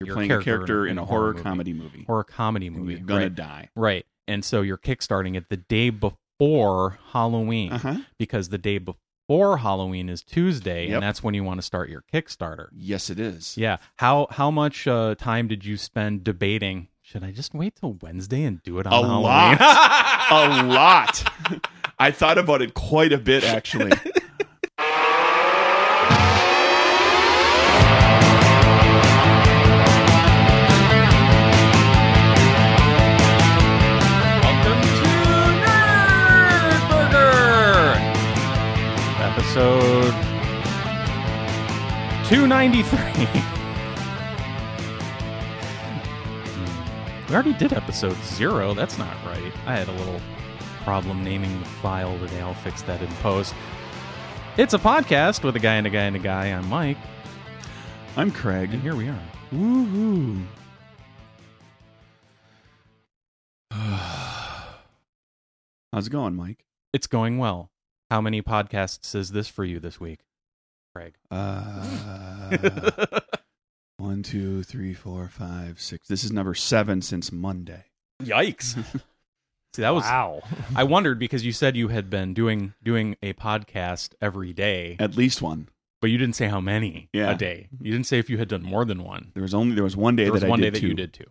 You're your playing a character in a horror, comedy movie. horror comedy and movie. You're gonna right. die. right. And so you're kickstarting it the day before Halloween Uh huh. because the day before Halloween is Tuesday, Yep. and that's when you want to start your Kickstarter. Yes, it is. Yeah. How how much uh, time did you spend debating? Should I just wait till Wednesday and do it on A Halloween? lot. a lot. I thought about it quite a bit, actually. Welcome to Nerd Burger, episode two Hmm. ninety three. We already did episode zero. That's not right. I had a little problem naming the file today. I'll fix that in post. It's a podcast with a guy and a guy and a guy. I'm Mike, I'm Craig. and here we are. Woohoo. How's it going, Mike? It's going well. How many podcasts is this for you this week, Craig? Uh, one, two, three, four, five, six. This is number seven since Monday. Yikes. See, that was wow. I wondered because you said you had been doing doing a podcast every day, At least one. but you didn't say how many Yeah. a day. You didn't say if you had done more than one. There was only there was one day There was that one I day did that two. you did two.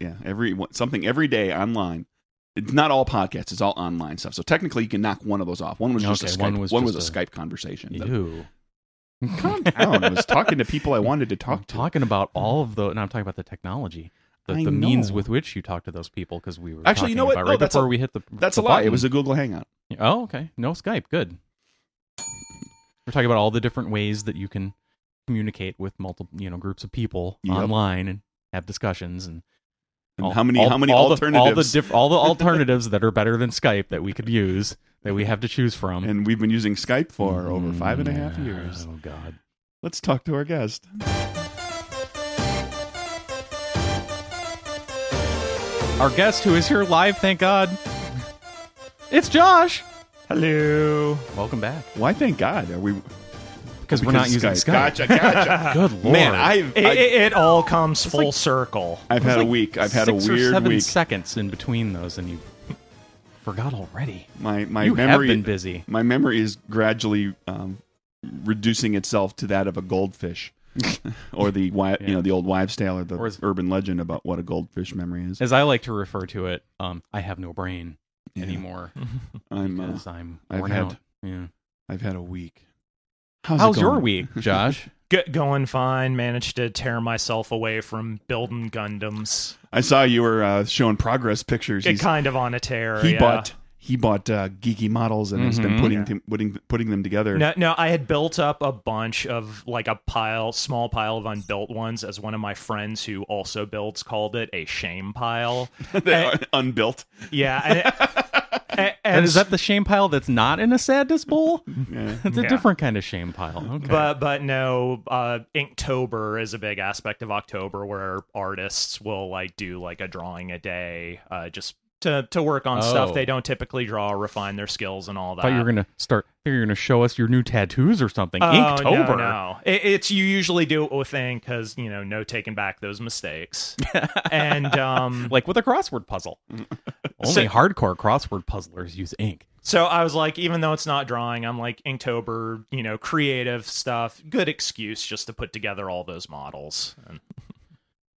Yeah, every one- something every day online. It's not all podcasts; it's all online stuff. So technically, you can knock one of those off. One was just a Okay, Skype. one One was was, just a, Skype conversation. The- Ew. Calm down. I was talking to people I wanted to I'm talk to. talking about all of the, and I'm talking about the technology, the, I the means know. with which you talk to those people, because we were Actually, you talking know what? about No, right that's before a- we hit the. That's the a lie. It button. was a Google Hangout. Oh, okay. No Skype. Good. We're talking about all the different ways that you can communicate with multiple, you know, groups of people Yep. online and have discussions and, And all- how many? all- how many all the- alternatives? all the diff, all the alternatives that are better than Skype that we could use that we have to choose from and we've been using Skype for over five and a half Mm, years. Oh God. Let's talk to our guest. Our guest who is here live, thank God. It's Josh. Hello. Welcome back. Why? Thank God. Are we? Because we're not because using Skype. Gotcha. Gotcha. Good lord. Man, I've It, I, it, it all comes full circle. I've had a week. I've had a six or weird seven week. seconds in between those, and you forgot already. My my you memory have been busy. my memory is gradually um, reducing itself to that of a goldfish, or the wi- Yeah. you know the old wives' tale or the Or is- urban legend about what a goldfish memory is. As I like to refer to it, um, I have no brain Yeah. anymore I'm uh, because I'm I've worn had- out. Yeah. I've had a week. How's, it How's your going? week, Josh? G- going fine. Managed to tear myself away from building Gundams. I saw you were uh, showing progress pictures. Get He's, kind of on a tear. he yeah. bought he bought uh, geeky models and has been Mhm. putting Yeah. them, putting putting them together. No, no, I had built up a bunch of like a pile, small pile of unbuilt ones, as one of my friends who also builds called it a shame pile. They are unbuilt. Yeah, and, it- and- And and is that the shame pile that's not in a sadness bowl? Yeah. It's a Yeah. different kind of shame pile. Okay. But but no, uh, Inktober is a big aspect of October where artists will like do like a drawing a day, uh, just to to work on Oh. stuff they don't typically draw, refine their skills and all that. I thought you were gonna start. I figured you were gonna show us your new tattoos or something. Oh, no, Inktober. no. It, it's you usually do it with ink because you know no taking back those mistakes, and um, Like with a crossword puzzle. Only hardcore crossword puzzlers use ink. So I was like, even though it's not drawing, I'm like Inktober, you know, creative stuff, good excuse just to put together all those models. And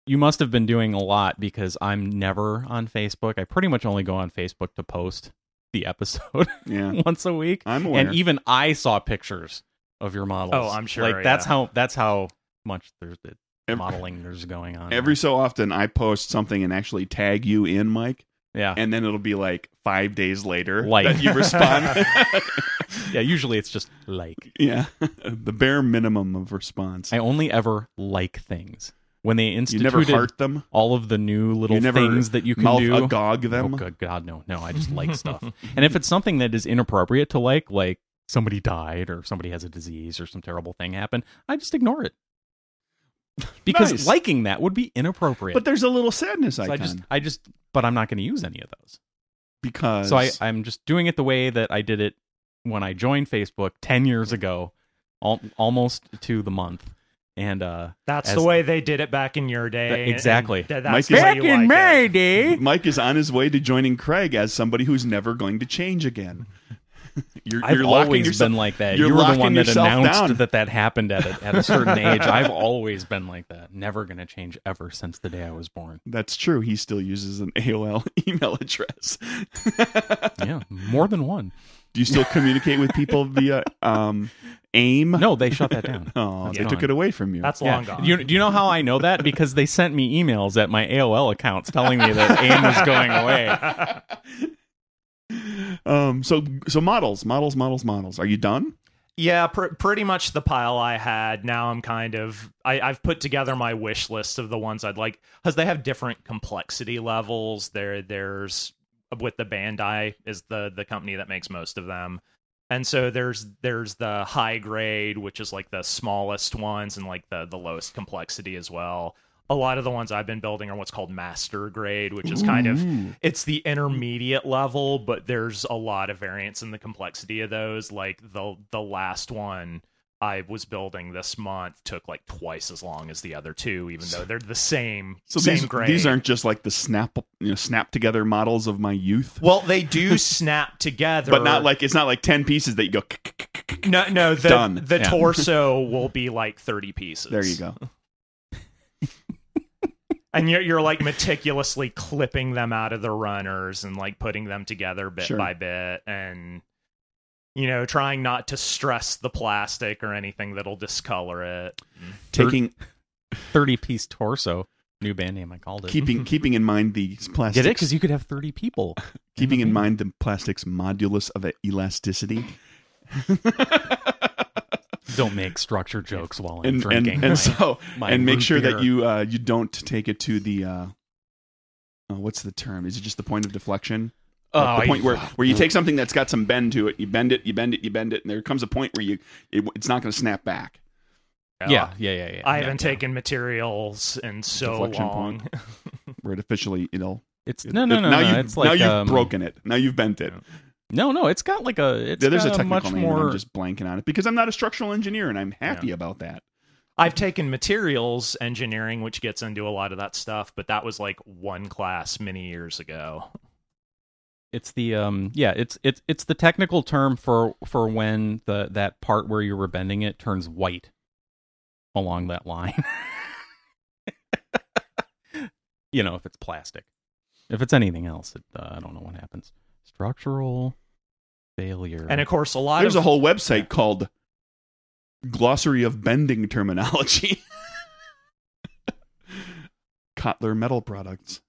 you must have been doing a lot because I'm never on Facebook. I pretty much only go on Facebook to post the episode Yeah. once a week. Hmm. I'm aware. And even I saw pictures of your models. Oh, I'm sure, Like that's yeah. how that's how much there's the Ev- modeling there's going on. Every so often, I post something and actually tag you in, Mike, yeah. and then it'll be like five days later Like. that you respond. yeah, usually it's just like. yeah, the bare minimum of response. I only ever like things. When they you instituted never heart them. all of the new little You never things that you can mouth do. agog them. Oh, good God, no, no. I just like stuff. and if it's something that is inappropriate to like, like somebody died or somebody has a disease or some terrible thing happened, I just ignore it because Nice. liking that would be inappropriate. But there's a little sadness So icon I just, I just, but I'm not going to use any of those. because So I, I'm just doing it the way that I did it when I joined Facebook ten years ago, al- almost to the month. And uh, That's As- the way they did it back in your day. That- and- and exactly. th- Mike that's is- the way you like it. day, Mike is on his way to joining Craig as somebody who's never going to change again. You're, I've you're locking always yourself. been like that. you're you were the locking one that yourself announced down. that that happened at a, at a certain age. I've always been like that. Never going to change ever since the day I was born. That's true. He still uses an AOL email address. Yeah, more than one. Do you still communicate with people via um, AIM? No, they shut that down. Oh, That's they took gone. it away from you. That's Yeah. long gone. You, do you know how I know that? Because they sent me emails at my AOL accounts telling me that AIM was going away. um. So so models, models, models, models. Are you done? Yeah, pr- pretty much the pile I had. Now I'm kind of I, I've put together my wish list of the ones I'd like because they have different complexity levels. There, there's with the Bandai is the the company that makes most of them, and so there's there's the high grade, which is like the smallest ones and like the the lowest complexity as well. A lot of the ones I've been building are what's called master grade, which is kind of Ooh. it's the intermediate level, but there's a lot of variance in the complexity of those. Like the the last one I was building this month took like twice as long as the other two, even though they're the same So same these grade. these aren't just like the snap you know snap together models of my youth, well, they do snap together, but not like it's not like ten pieces that you go. no no the Done. the Yeah. torso will be like thirty pieces. There you go. and you're you're like meticulously clipping them out of the runners and like putting them together bit Sure. by bit and you know trying not to stress the plastic or anything that'll discolor it Taking 30 piece torso. New band name, I called it. keeping keeping in mind the plastics Get it? Because you could have 30 people. keeping in mind the plastic's modulus of elasticity Don't make structure jokes while and I'm and, drinking. and my- so my and make root sure beer. that you uh you don't take it to the uh uh, what's the term? Is it just the point of deflection? Like the I- point where, where you take something that's got some bend to it, you bend it, you bend it, you bend it, and there comes a point where you it, it's not going to snap back. Yeah, yeah, yeah, yeah. i yeah, haven't yeah. taken materials in so Deflection long point. Where it officially, you know, It's no, no, no, now no. you've, it's like now you've um, broken it. Now you've bent it. No, no. It's got like a. It's Yeah, there's a got technical much name, and more. I'm just blanking on it because I'm not a structural engineer, and I'm happy about that. i've taken materials engineering which gets into a lot of that stuff but that was like one class many years ago It's the um yeah, it's it's it's the technical term for for when the that part where you were bending it turns white along that line. you know, if it's plastic. If it's anything else, it, uh, I don't know what happens. Structural failure. and of course a lot There's of a whole website called Glossary of Bending Terminology. Kotler Metal Products.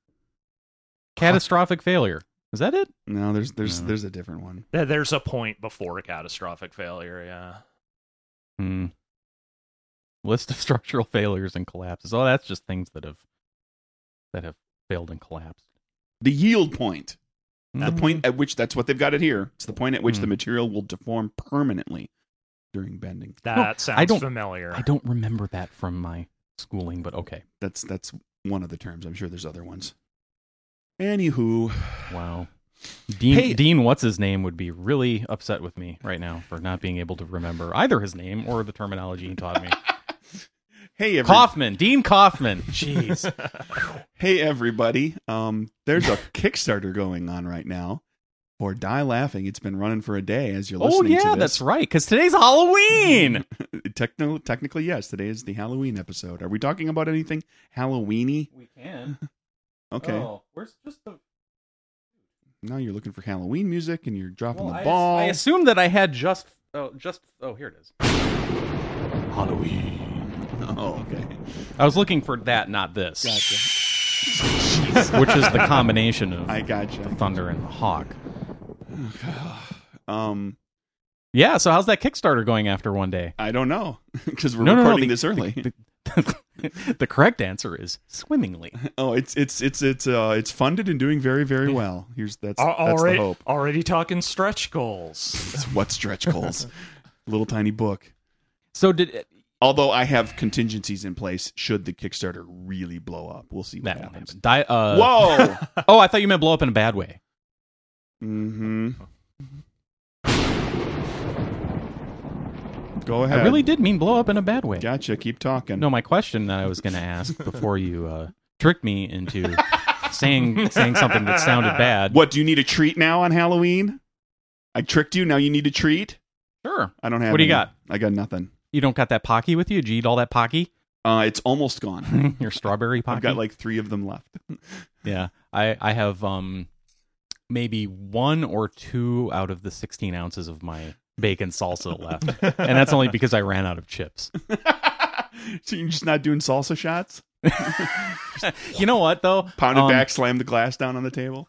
catastrophic failure. Is that it? No, there's there's No. there's a different one. there- there's a point before catastrophic failure yeah Hmm. List of structural failures and collapses. Oh, that's just things that have that have failed and collapsed. The yield point. The Mm. point at which that's what they've got it here. It's the point at which the Hmm. material will deform permanently during bending. that sounds don't- familiar I don't remember that from my schooling, but okay. That's that's one of the terms. I'm sure there's other ones. Anywho, Wow. Dean Hey- Dean what's his name would be really upset with me right now for not being able to remember either his name or the terminology he taught me. hey every, Kaufman, Dean Kaufman. Jeez. hey everybody. Um, there's a Kickstarter going on right now for Die Laughing. It's been running for a day as you're oh listening to this. Uh, yeah, that's right cuz today's Halloween. Techno- technically, yes. Today is the Halloween episode. Are we talking about anything Halloweeny? we can. Okay. Oh. where's just the Now you're looking for Halloween music and you're dropping the ball. I assume that I had just oh just oh here it is. Halloween. oh, okay. I was looking for that, not this, Gotcha. which is the combination of I gotcha. thunder and the hawk. Um, Yeah, so how's that Kickstarter going after one day? I don't know because we're No, no, no, recording the- this early. the correct answer is swimmingly. oh, it's it's it's it's uh it's funded and doing very very well. Here's that's Al- that's already, the hope. already talking stretch goals. It's what stretch goals? Little tiny book. So did eh, Although I have contingencies in place should the Kickstarter really blow up. We'll see what that won't happens. happen. Di- uh, Whoa. Oh, I thought you meant blow up in a bad way. Mm-hmm. Go ahead. I really did mean blow up in a bad way. Gotcha. Keep talking. No, my question that I was going to ask before you uh, tricked me into saying saying something that sounded bad. What do you need a treat now on Halloween? I tricked you. Now you need a treat. Sure. I don't have. What do you any. got? I got nothing. You don't got that pocky with you? Did you eat all that pocky? Uh, it's almost gone. Your strawberry pocky? I've got like three of them left. yeah. I, I have um maybe one or two out of the 16 ounces of my bacon salsa left. And that's only because I ran out of chips. so you're just not doing salsa shots? You know what, though? Pound it Um, back, slam the glass down on the table.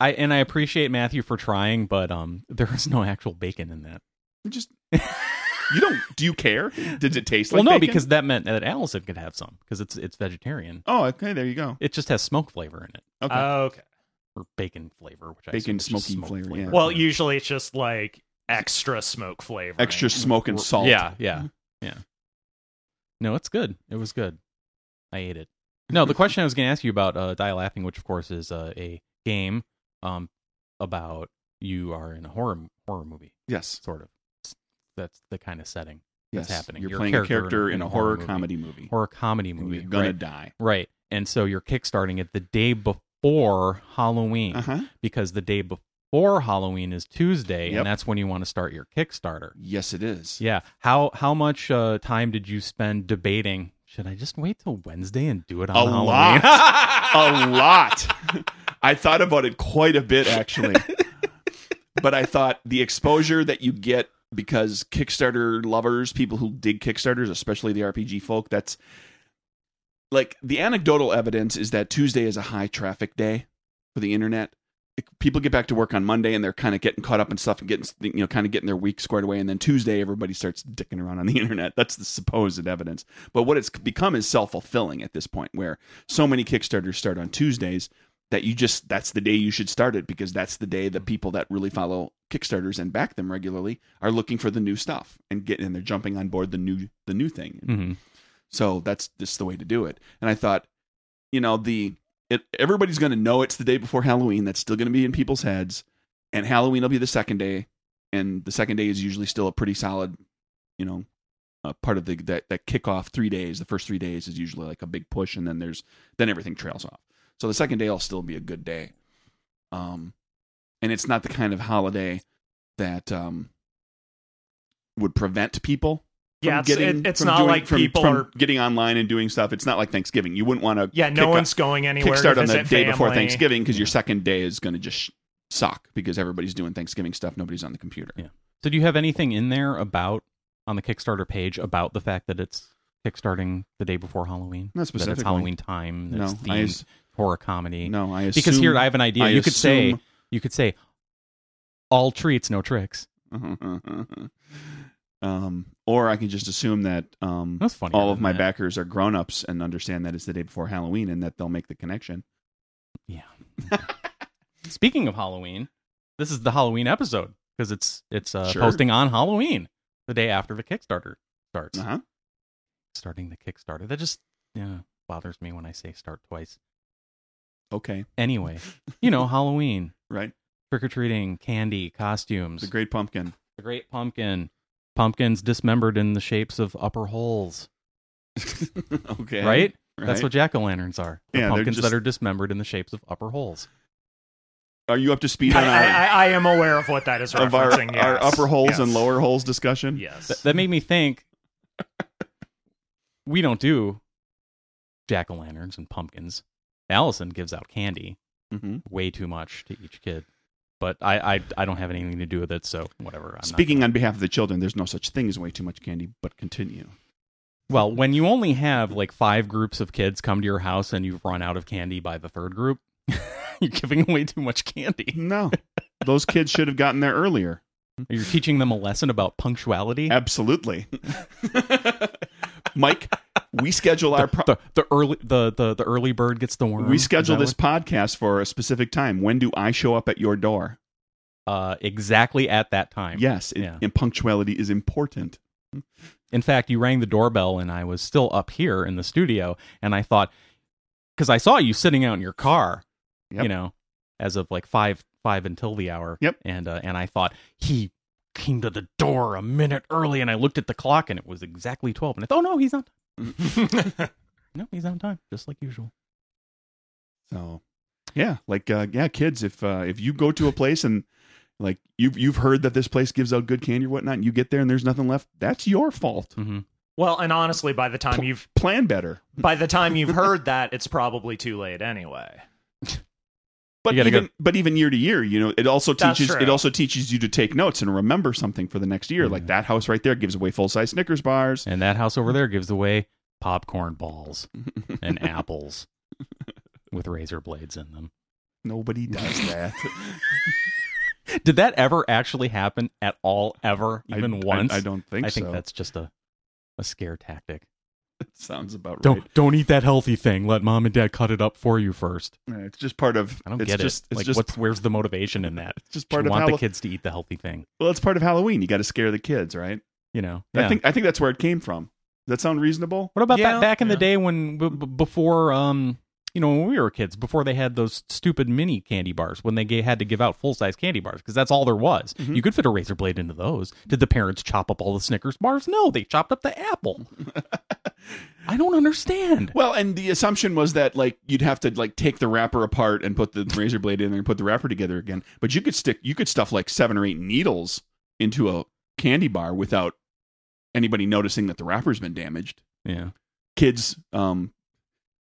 I And I appreciate Matthew for trying, but um there was no actual bacon in that. You Just you don't. Do you care? Did it taste well, like? no, bacon? because that meant that Allison could have some because it's it's vegetarian. oh, okay. There you go. It just has smoke flavor in it Okay. okay. or bacon flavor, which I Bacon assume is just smoky smoke flavor, yeah. Well, usually it's just like extra smoke flavor. Extra smoke and salt. Yeah, yeah, yeah. No, it's good. It was good. I ate it. No, the question I was going to ask you about uh, Die Laughing, which of course is uh, a game um, about you are in a horror horror movie, Yes. sort of. It's- That's the kind of setting, Yes. That's happening. You're Your playing character a character in a horror, movie. comedy movie. horror comedy And movie. You're gonna right? die. right. And so you're kickstarting it the day before Halloween Uh huh. because the day before Halloween is Tuesday, Yep. and that's when you want to start your Kickstarter. Yes, it is. Yeah. How how much uh, time did you spend debating? Should I just wait till Wednesday and do it on A Halloween? a lot. I thought about it quite a bit actually. but I thought the exposure that you get because Kickstarter lovers, people who dig Kickstarters, especially the RPG folk, that's like the anecdotal evidence is that Tuesday is a high traffic day for the internet. It- People get back to work on Monday and they're kind of getting caught up in stuff and getting you know kind of getting their week squared away and then Tuesday everybody starts dicking around on the internet. That's the supposed evidence. But what it's become is self-fulfilling at this point where so many Kickstarters start on Tuesdays that you just that's the day you should start it because that's the day the people that really follow Kickstarters and back them regularly are looking for the new stuff and getting and they're jumping on board the new the new thing. hmm So that's just the way to do it. And I thought, you know, the it, everybody's going to know it's the day before Halloween. That's still going to be in people's heads, and Halloween will be the second day, and the second day is usually still a pretty solid, you know, uh, part of the that that kickoff three days. The first three days is usually like a big push, and then there's then everything trails off. So the second day will still be a good day, um, and it's not the kind of holiday that um would prevent people Yeah, from it's, getting- it, it's from not doing- like from- people from are. getting online and doing stuff. It's not like Thanksgiving. You wouldn't want to Yeah, no kick- one's going anywhere. kickstart to on the visit day before family. Thanksgiving because your second day is going to just sh- suck because everybody's doing Thanksgiving stuff. Nobody's on the computer. Yeah. So do you have anything in there about on the Kickstarter page about the fact that it's kickstarting the day before Halloween? Not That it's specifically. Halloween time. That No, it's I themed as- horror comedy. No, I assume, because here I have an idea. I you could say assume- you could say all treats, no tricks. um, or I can just assume that um, That's funny. all of my backers are grown-ups and understand that it's the day before Halloween and that they'll make the connection. Speaking of Halloween, this is the Halloween episode because it's it's uh, Sure. posting on Halloween, the day after the Kickstarter starts. Uh-huh. Starting the Kickstarter. That just yeah bothers me when I say start twice. Okay, Anyway, you know Halloween, right. trick or treating, candy, costumes, The Great Pumpkin. the great pumpkin, pumpkins dismembered in the shapes of upper holes. okay, Right? That's right. what jack o' lanterns are. They're Yeah, they're pumpkins just- that are dismembered in the shapes of upper holes. Are you up to speed I, on our, I, I, I am aware of what that is of our, referencing. yes. our upper holes Yes. and lower holes discussion? Yes. Th- that made me think we don't do jack o' lanterns and pumpkins. Allison gives out candy Mm-hmm. way too much to each kid, but I I, I don't have anything to do with it, so whatever. I'm not Speaking on behalf of the children, there's no such thing as way too much candy, but continue. Well, when you only have like five groups of kids come to your house and you've run out of candy by the third group, you're giving away too much candy. No. Those kids should have gotten there earlier. You're teaching them a lesson about punctuality. Absolutely. Mike, we schedule our pro- the, the early the, the, the early bird gets the worm. we Is schedule that this podcast for a specific time. When do I show up at your door? what- uh, exactly at that time. Yes, it, Yeah. and punctuality is important. In fact, you rang the doorbell and I was still up here in the studio and I thought cuz I saw you sitting out in your car, Yep. you know, as of like 5 5 until the hour. Yep. And uh, and I thought he came to the door a minute early and I looked at the clock and it was exactly 12. And I thought, oh, no, he's on time. No, he's on time, just like usual. So, yeah, like uh, yeah, kids, if uh, if you go to a place and like you've you've heard that this place gives out good candy or whatnot, and you get there and there's nothing left, that's your fault. Mm-hmm. well, and honestly, by the time you've Plan better. by the time you've heard that, it's probably too late anyway. But You gotta even go- but even year to year, you know, it also That's teaches true. it also teaches you to take notes and remember something for the next year. Like that house right there gives away full size Snickers bars. And that house over there gives away popcorn balls and apples with razor blades in them. Nobody does that. Did that ever actually happen at all, ever, I- even I- once? I, don't think I think so. that's just a, a scare tactic. sounds about Don't right. don't eat that healthy thing. Let mom and dad cut it up for you first. Yeah, It's just part of. I don't it's get just, it. It's like, just what's where's the motivation in that? it's just You part of want Hall- the kids to eat the healthy thing, well, it's part of Halloween. You got to scare the kids, right? you know. I Yeah. think I think that's where it came from. Does that sound reasonable? What about Yeah. that back in the Yeah. day when b- b- before um you know when we were kids before they had those stupid mini candy bars when they ga- had to give out full size candy bars because that's all there was. Mm-hmm. You could fit a razor blade into those. Did the parents chop up all the Snickers bars? No, they chopped up the apple. I don't understand. Well, and the assumption was that like you'd have to like take the wrapper apart and put the razor blade in there and put the wrapper together again. But you could stick you could stuff like seven or eight needles into a candy bar without anybody noticing that the wrapper's been damaged. Yeah. Kids, um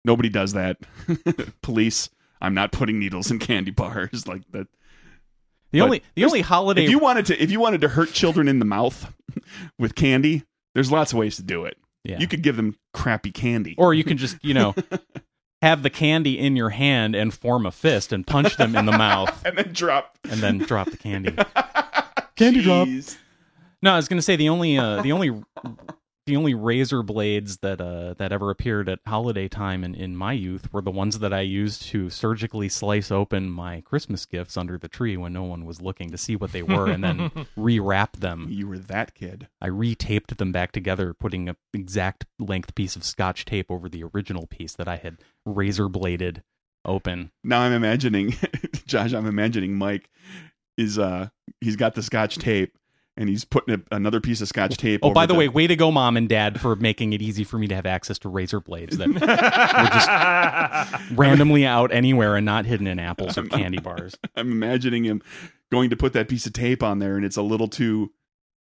nobody does that. Police, I'm not putting needles in candy bars like that. The But only the only holiday If you wanted to if you wanted to hurt children in the mouth with candy, there's lots of ways to do it. Yeah. You could give them crappy candy. or you can just you know have the candy in your hand and form a fist and punch them in the mouth and then drop and then drop the candy. Candy drop. Jeez. No, I was gonna say the only uh, the only the only razor blades that uh, that ever appeared at holiday time in, in my youth were the ones that I used to surgically slice open my Christmas gifts under the tree when no one was looking to see what they were, and then rewrap them. You were that kid. I retaped them back together, putting a exact length piece of Scotch tape over the original piece that I had razor bladed open. Now I'm imagining, Josh. I'm imagining Mike is uh he's got the scotch tape and he's putting a, another piece of scotch tape. Oh, over by the way, way to go, mom and dad, for making it easy for me to have access to razor blades that randomly out anywhere and not hidden in apples or candy bars. I'm imagining him going to put that piece of tape on there, and it's a little too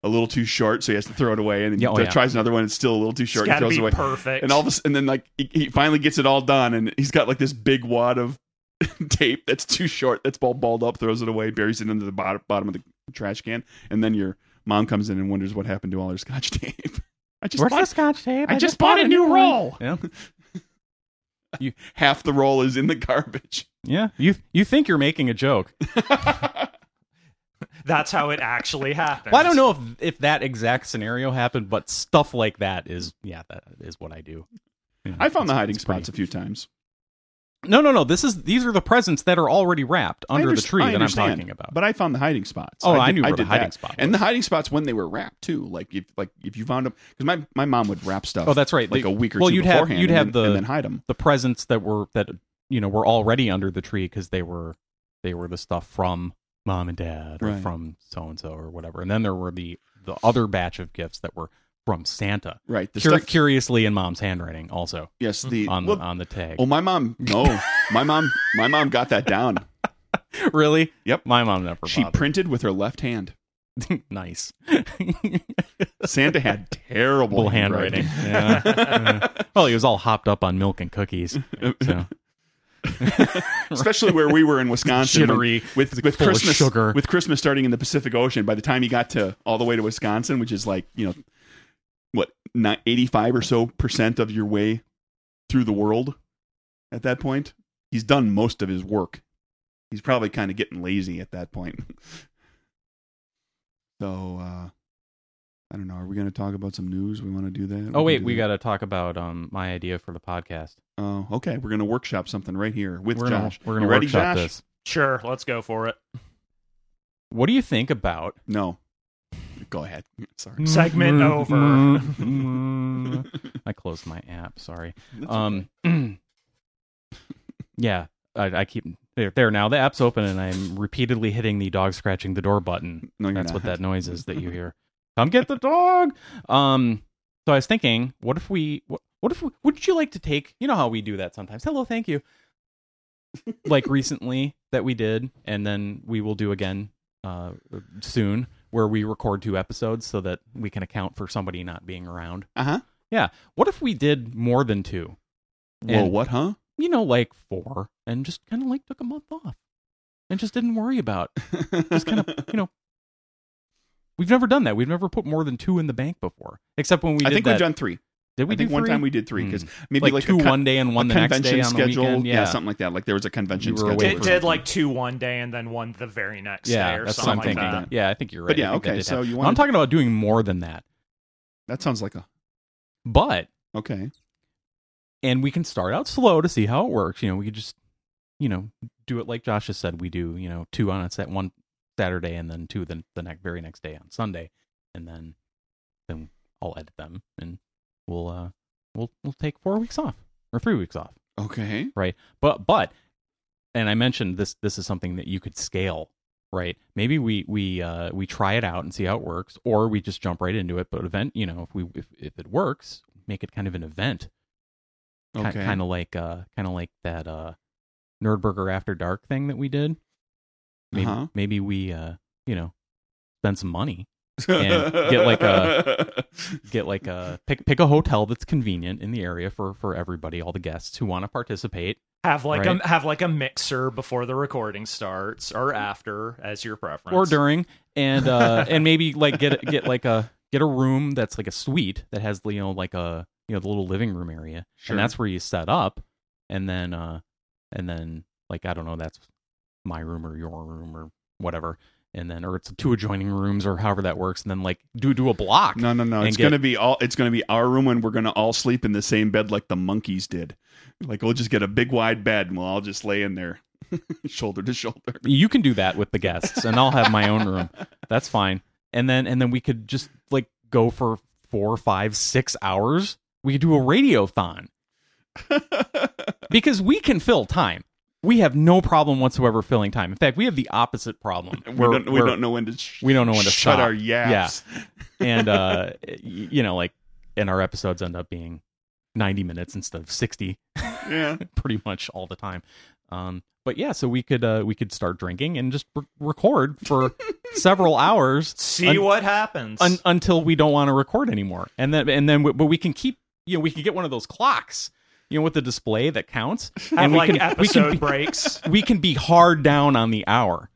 a little too short, so he has to throw it away. And then he Yeah, oh, yeah. tries another one; it's still a little too it's short, and gotta throws be it away. perfect. And all of a, and then like he, he finally gets it all done, and he's got like this big wad of tape that's too short, that's all balled up, throws it away, buries it under the bottom bottom of the trash can, and then your mom comes in and wonders what happened to all her scotch tape. I just Where's the bought, scotch tape? I just bought a new one. roll. Yeah, half the roll is in the garbage. yeah. You you think you're making a joke? That's how it actually happens. Well, I don't know if if that exact scenario happened, but stuff like that is yeah, that is what I do. You know, I found the it's- hiding it's pretty- spots a few times. No, no, no. This is these are the presents that are already wrapped I under the underst- tree I that I'm understand, talking about. But I found the hiding spots. Oh, I did- knew where the did hiding that. spot and the hiding spots when they were wrapped too. Like if like if you found them, because my my mom would wrap stuff. Oh, that's right. Like The- a week or well, two you'd have- beforehand. you'd and have then- the- and then hide them. the presents that were that you know were already under the tree because they were they were the stuff from mom and dad or Right. from so and so or whatever and then there were the the other batch of gifts that were from santa Right. The Cur- stuff curiously in mom's handwriting also Yes, the on the well, on the tag oh my mom no my mom my mom got that down. really Yep. my mom never She bothered. printed with her left hand. nice Santa had terrible Bull handwriting handwriting. yeah. Yeah. well he was all hopped up on milk and cookies so Especially where we were in Wisconsin, when- jittery with it's with full of Christmas sugar with Christmas starting in the Pacific Ocean. By the time he got to all the way to Wisconsin, which is like you know what eighty five or so percent of your way through the world at that point, he's done most of his work. He's probably kind of getting lazy at that point. So uh I don't know. Are we going to talk about some news? We want to do that. oh can wait do we that. got to talk about um my idea for the podcast Oh, okay. We're going to workshop something right here with we're Josh. Gonna, we're gonna You ready, workshop Josh? this. Sure, let's go for it. What do you think about Mm-hmm. No. Go ahead. Sorry. Segment over. I closed my app. Sorry. That's okay. Um. yeah, I, I keep There, there now. The app's open, and I'm repeatedly hitting the dog scratching the door button. No, you're That's not. what that noise is that you hear. Come get the dog. Um. So I was thinking, what if we? What, what if? We, would you like to take? You know how we do that sometimes. Hello, thank you. like recently that we did, and then we will do again uh, soon, where we record two episodes so that we can account for somebody not being around. Uh huh. What if we did more than two? Well, And- what, huh? you know, like four, and just kind of like took a month off and just didn't worry about. Just kind of, you know, we've never done that. We've never put more than two in the bank before, except when we. I did think that. we've done three. Did we I think do one three? Hmm. time we did three because maybe like, like, two a con- one day and one a the next convention day on the schedule, weekend. yeah. something like that. Like there was a convention We were away schedule, Did, for- did like two one day and then one the very next yeah, day or that's what something I'm like thinking. that. Yeah, I think you're right. but yeah, I think that okay. did So happen. you No, want I'm talking about doing more than that, that sounds like a but okay. and we can start out slow to see how it works. You know, we could just, you know, do it like Josh just said. We do, you know, two on that one Saturday, and then two the the next very next day on Sunday, and then then I'll edit them, and we'll uh we'll we'll take four weeks off or three weeks off. Okay. But but and I mentioned this this is something that you could scale, right? Maybe we we uh we try it out and see how it works, or we just jump right into it. But event, you know, if we if, if it works, make it kind of an event Okay. kind of like uh kind of like that uh Nerdburger After Dark thing that we did. Maybe Uh-huh. maybe we uh you know spend some money, and get like a- get like a pick pick a hotel that's convenient in the area for for everybody, all the guests who want to participate. Have like Right. a have like a mixer before the recording starts or after, as your preference. or during and uh and maybe like get get like a get a room that's like a suite that has you know like a you know the little living room area Sure. and that's where you set up and then uh and then like i don't know that's my room or your room or whatever and then or it's two adjoining rooms or however that works and then like do do a block No, no, no. and It's get- gonna be all. It's gonna be our room, and we're gonna all sleep in the same bed like the monkeys did. Like we'll just get a big wide bed, and we'll all just lay in there, shoulder to shoulder. you can do that with the guests and i'll have my own room that's fine and then and then we could just like go for four five six hours we could do a radiothon because we can fill time. We have no problem whatsoever filling time. In fact, we have the opposite problem. we We're- don't. We we're- don't know when to. Sh- we don't know when to shut stop. our yaps. and uh, y- you know, like, and our episodes end up being ninety minutes instead of sixty, Yeah. pretty much all the time. Um, but yeah, so we could uh, we could start drinking and just re- record for several hours see Un- what happens. un- until we don't want to record anymore. And then and then, we, but we can keep you know we can get one of those clocks, you know, with the display that counts, have and we like can we episode can be- breaks. we can be hard down on the hour,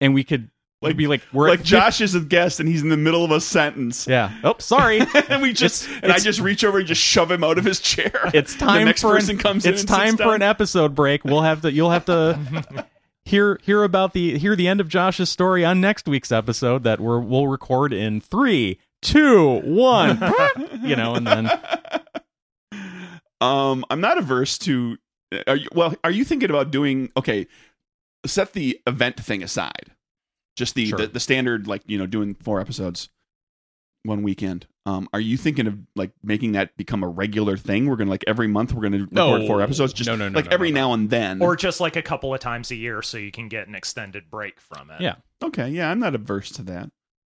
and we could Like- like be like we're Like at Josh is a guest, and he's in the middle of a sentence. fif- Yeah. Oh, sorry. and we just It's- and I it's- just reach over and just shove him out of his chair. It's time the next for person an, comes in It's and time sits for an down. episode break. We'll have to. You'll have to hear hear about the hear the end of Josh's story on next week's episode that we're we'll record in three, two, one. you know, and then Um, I'm not averse to. Are you, well, are you thinking about doing? Okay, set the event thing aside. Just the, Sure. the the standard, like you know, doing four episodes one weekend. Um, are you thinking of like making that become a regular thing? We're gonna like every month we're gonna record No. four episodes. Just No, no, no, like no, every no, now and then. or just like a couple of times a year so you can get an extended break from it. Yeah. okay, yeah, I'm not averse to that.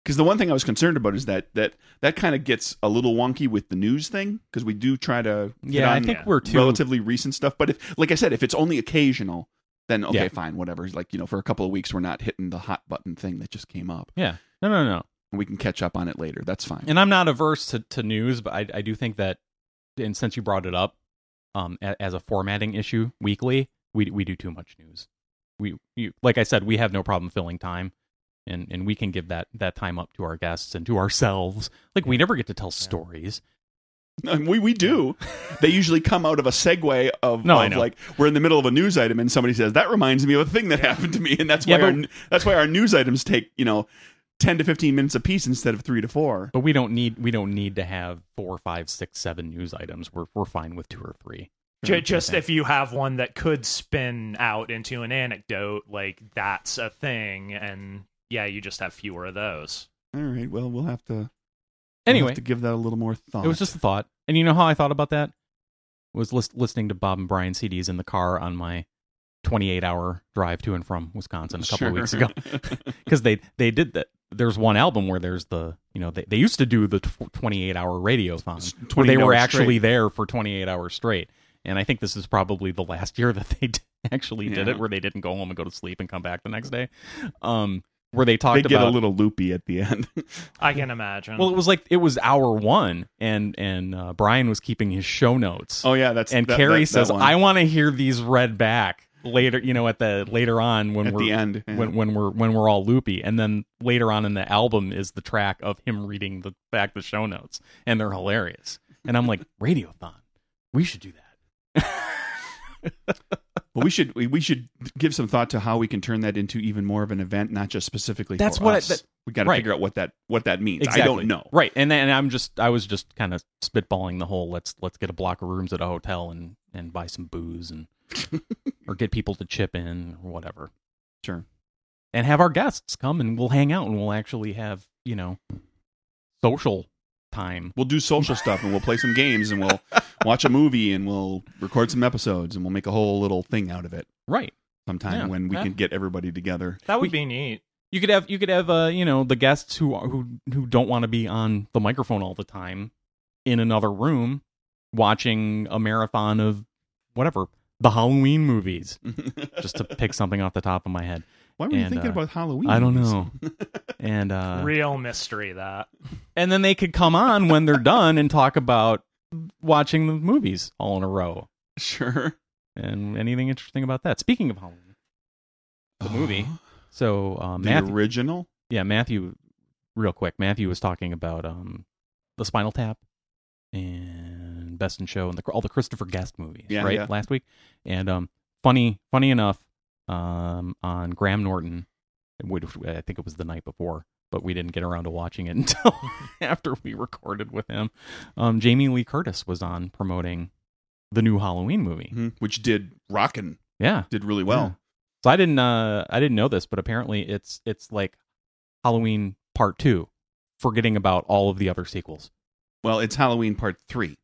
Because the one thing I was concerned about is that that that kind of gets a little wonky with the news thing because we do try to get yeah, I on- think yeah. we're too relatively recent stuff. But if, like I said, if it's only occasional, then okay, Yeah. fine, whatever. Like you know, for a couple of weeks, we're not hitting the hot button thing that just came up, Yeah. No, no, no. and we can catch up on it later. That's fine. and I'm not averse to, to news, but I, I do think that, and since you brought it up, um, a, as a formatting issue, weekly we we do too much news. We you, like I said, we have no problem filling time, and and we can give that that time up to our guests and to ourselves. Like we never get to tell stories. And we we do. they usually come out of a segue of, No, I of know. like we're in the middle of a news item, and somebody says that reminds me of a thing that happened to me, and that's why Yeah, our, but- n- that's why our news items take you know ten to fifteen minutes a piece instead of three to four. But we don't need we don't need to have four, five, six, seven news items. We're we're fine with two or three. Ju- just if you have one that could spin out into an anecdote, like that's a thing, and yeah, you just have fewer of those. All right, well we'll have to we'll have Anyway, to give that a little more thought. It was just a thought. And you know how I thought about that? Was lis- listening to Bob and Brian CDs in the car on my 28 hour drive to and from Wisconsin a couple Sure. of weeks ago Um, because they they did that. There's one album where there's the you know they, they used to do the tw- 28 hour radiothon where they 28 were hours actually straight. there for 28 hours straight. And I think this is probably the last year that they d- actually did Yeah. it, where they didn't go home and go to sleep and come back the next day. Um, where they talked They get about a little loopy at the end. I can imagine. well, it was like it was hour one, and and uh, Brian was keeping his show notes, oh yeah, that's and that- Carrie that- that says, one. "I want to hear these read back later." You know, at the later on when at we're the end yeah. when when we're when we're all loopy, and then later on in the album is the track of him reading the back the show notes, and they're hilarious. And I'm like, Radiothon, we should do that. Well, we should we, we should give some thought to how we can turn that into even more of an event, not just specifically. That's for what I- us. that- we got to right. figure out what that what that means. exactly. I don't know. Right, and then and I'm just I was just kind of spitballing the whole let's let's get a block of rooms at a hotel and and buy some booze and or get people to chip in or whatever. Sure. and have our guests come and we'll hang out and we'll actually have you know social time We'll do social stuff and we'll play some games and we'll watch a movie and we'll record some episodes and we'll make a whole little thing out of it right sometime Yeah, when we yeah. can get everybody together. that would be neat. you could have you could have uh you know the guests who are who who don't want to be on the microphone all the time in another room watching a marathon of whatever the halloween movies just to pick something off the top of my head Why were you and, thinking uh, about Halloween? i don't know and uh Real mystery that. and then they could come on when they're done and talk about watching the movies all in a row Sure. and anything interesting about that speaking of halloween The movie. So uh, The Matthew, original. yeah, Matthew, real quick, Matthew was talking about um, the Spinal Tap and Best in Show and the, all the Christopher Guest movies, Yeah, right? yeah. Last week, and um, funny, funny enough, um, on Graham Norton, which I think it was the night before, but we didn't get around to watching it until after we recorded with him. Um, Jamie Lee Curtis was on promoting the new Halloween movie. Mhm. which did rockin' Yeah, did really well. so I didn't uh I didn't know this, but apparently it's it's like Halloween part 2 forgetting about all of the other sequels. Well, it's Halloween Part Three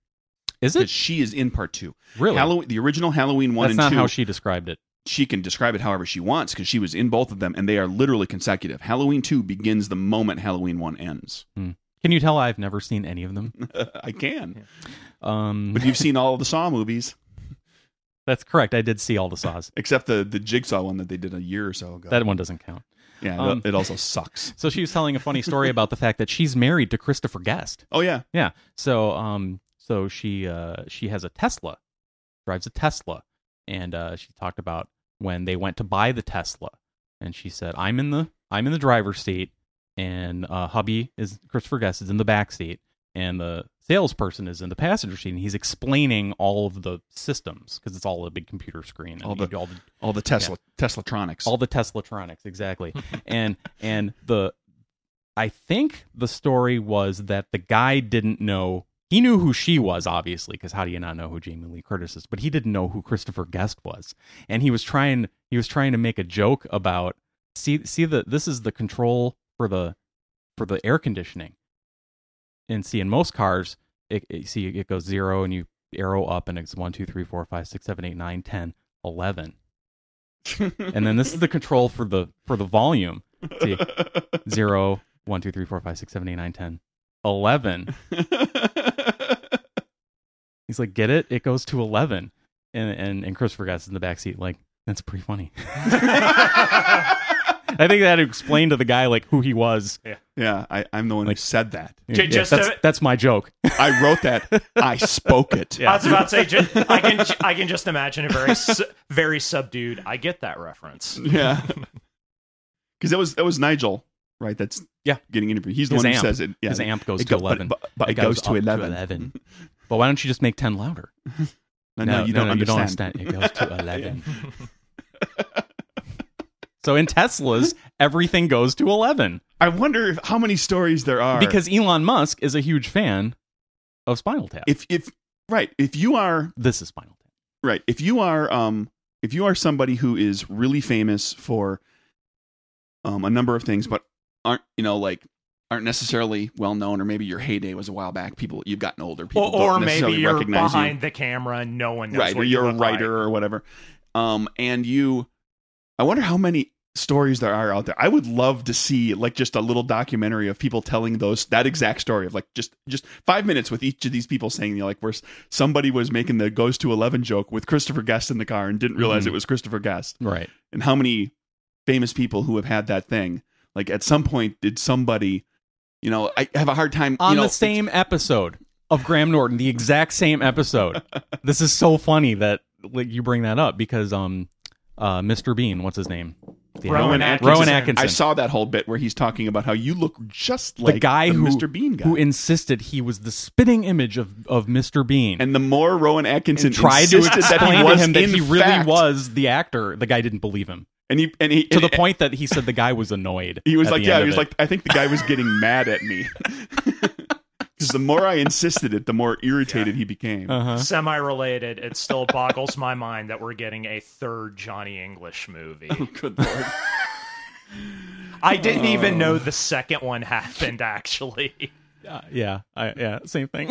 Is because it she is in Part Two. really? Halloween, the original Halloween one That's and not two. how she described it. she can describe it however she wants because she was in both of them and they are literally consecutive. Halloween 2 begins the moment Halloween 1 ends. Can you tell I've never seen any of them? I can. Um But you've seen all of the Saw movies that's correct. I did see all the saws. except the the Jigsaw one that they did a year or so ago. That one doesn't count. yeah, um, it also sucks. So she was telling a funny story about the fact that she's married to Christopher Guest. Oh yeah. Yeah. So um so she uh she has a Tesla. Drives a Tesla. And uh she talked about when they went to buy the Tesla and she said, "I'm in the I'm in the driver's seat and uh hubby is Christopher Guest is in the back seat and the salesperson is in the passenger seat and he's explaining all of the systems because it's all a big computer screen and All you the- do all the All the Tesla Teslatronics. all the Teslatronics, exactly. and and the I think the story was that the guy didn't know he knew who she was, obviously, because how do you not know who Jamie Lee Curtis is? But he didn't know who Christopher Guest was. And he was trying he was trying to make a joke about see see the this is the control for the for the air conditioning. And see in most cars, it, it see it goes zero and you arrow up and it's one, two, three, four, five, six, seven, eight, nine, ten, eleven and then this is the control for the for the volume See. zero one two three four five six seven eight nine ten eleven he's like get it it goes to eleven and and and christopher guest in the back seat like that's pretty funny i think that explained to the guy like who he was yeah, I, I'm the one Like- who said that. J- just that's, to- that's my joke I wrote that. I spoke it. I was about to say, ju- I can, I can just imagine a very, su- very subdued. I get that reference. Yeah. Because that was that was Nigel, right? That's Yeah. getting interviewed. He's the His one amp. who says it. Yeah, his amp goes it to go- but- 11 but, but it That goes, to up eleven. 11 but why don't you just make 10 louder No, no, you, don't understand. it goes to 11 so in teslas everything goes to 11 I wonder if, how many stories there are because Elon Musk is a huge fan of Spinal Tap. if if right if you are this is Spinal Tap. right if you are um if you are somebody who is really famous for um a number of things but aren't you know like aren't necessarily well known or maybe your heyday was a while back people you've gotten older people or, or don't maybe necessarily you're recognize you. behind the camera and no one knows right what or you you're a look like. writer or whatever Um, and you, I wonder how many stories there are out there. I would love to see like just a little documentary of people telling those that exact story of like just just five minutes with each of these people saying you know, like where s- somebody was making the goes to eleven joke with Christopher Guest in the car and didn't realize Mhm. it was Christopher Guest Right. and how many famous people who have had that thing. Like at some point, did somebody, you know, I have a hard time you On know, the it's- same episode of Graham Norton, the exact same episode. this is so funny that like you bring that up because um uh Mr. Bean, what's his name? The Rowan actor. Atkinson. Rowan Atkinson. I saw that whole bit where he's talking about how you look just the like guy who Mr. Bean guy. who insisted he was the spitting image of of Mr. Bean. and the more Rowan Atkinson and tried to insisted that explain he to was him that in he really fact- was the actor, the guy didn't believe him and he and he to and- the point that he said the guy was annoyed. He was at like, the yeah. end He of was it. like, I think the guy was getting mad at me because the more I insisted it, the more irritated he became. uh-huh. Semi-related, it still boggles my mind that we're getting a third Johnny English movie. Good lord. I didn't Oh. even know the second one happened. Actually, Uh, yeah, I, yeah, same thing.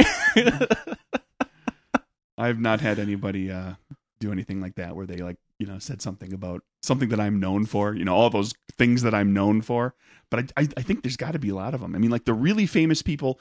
I've not had anybody uh, do anything like that where they like you know said something about something that I'm known for. You know all those things that I'm known for. But I I, I think there's got to be a lot of them. I mean, like the really famous people.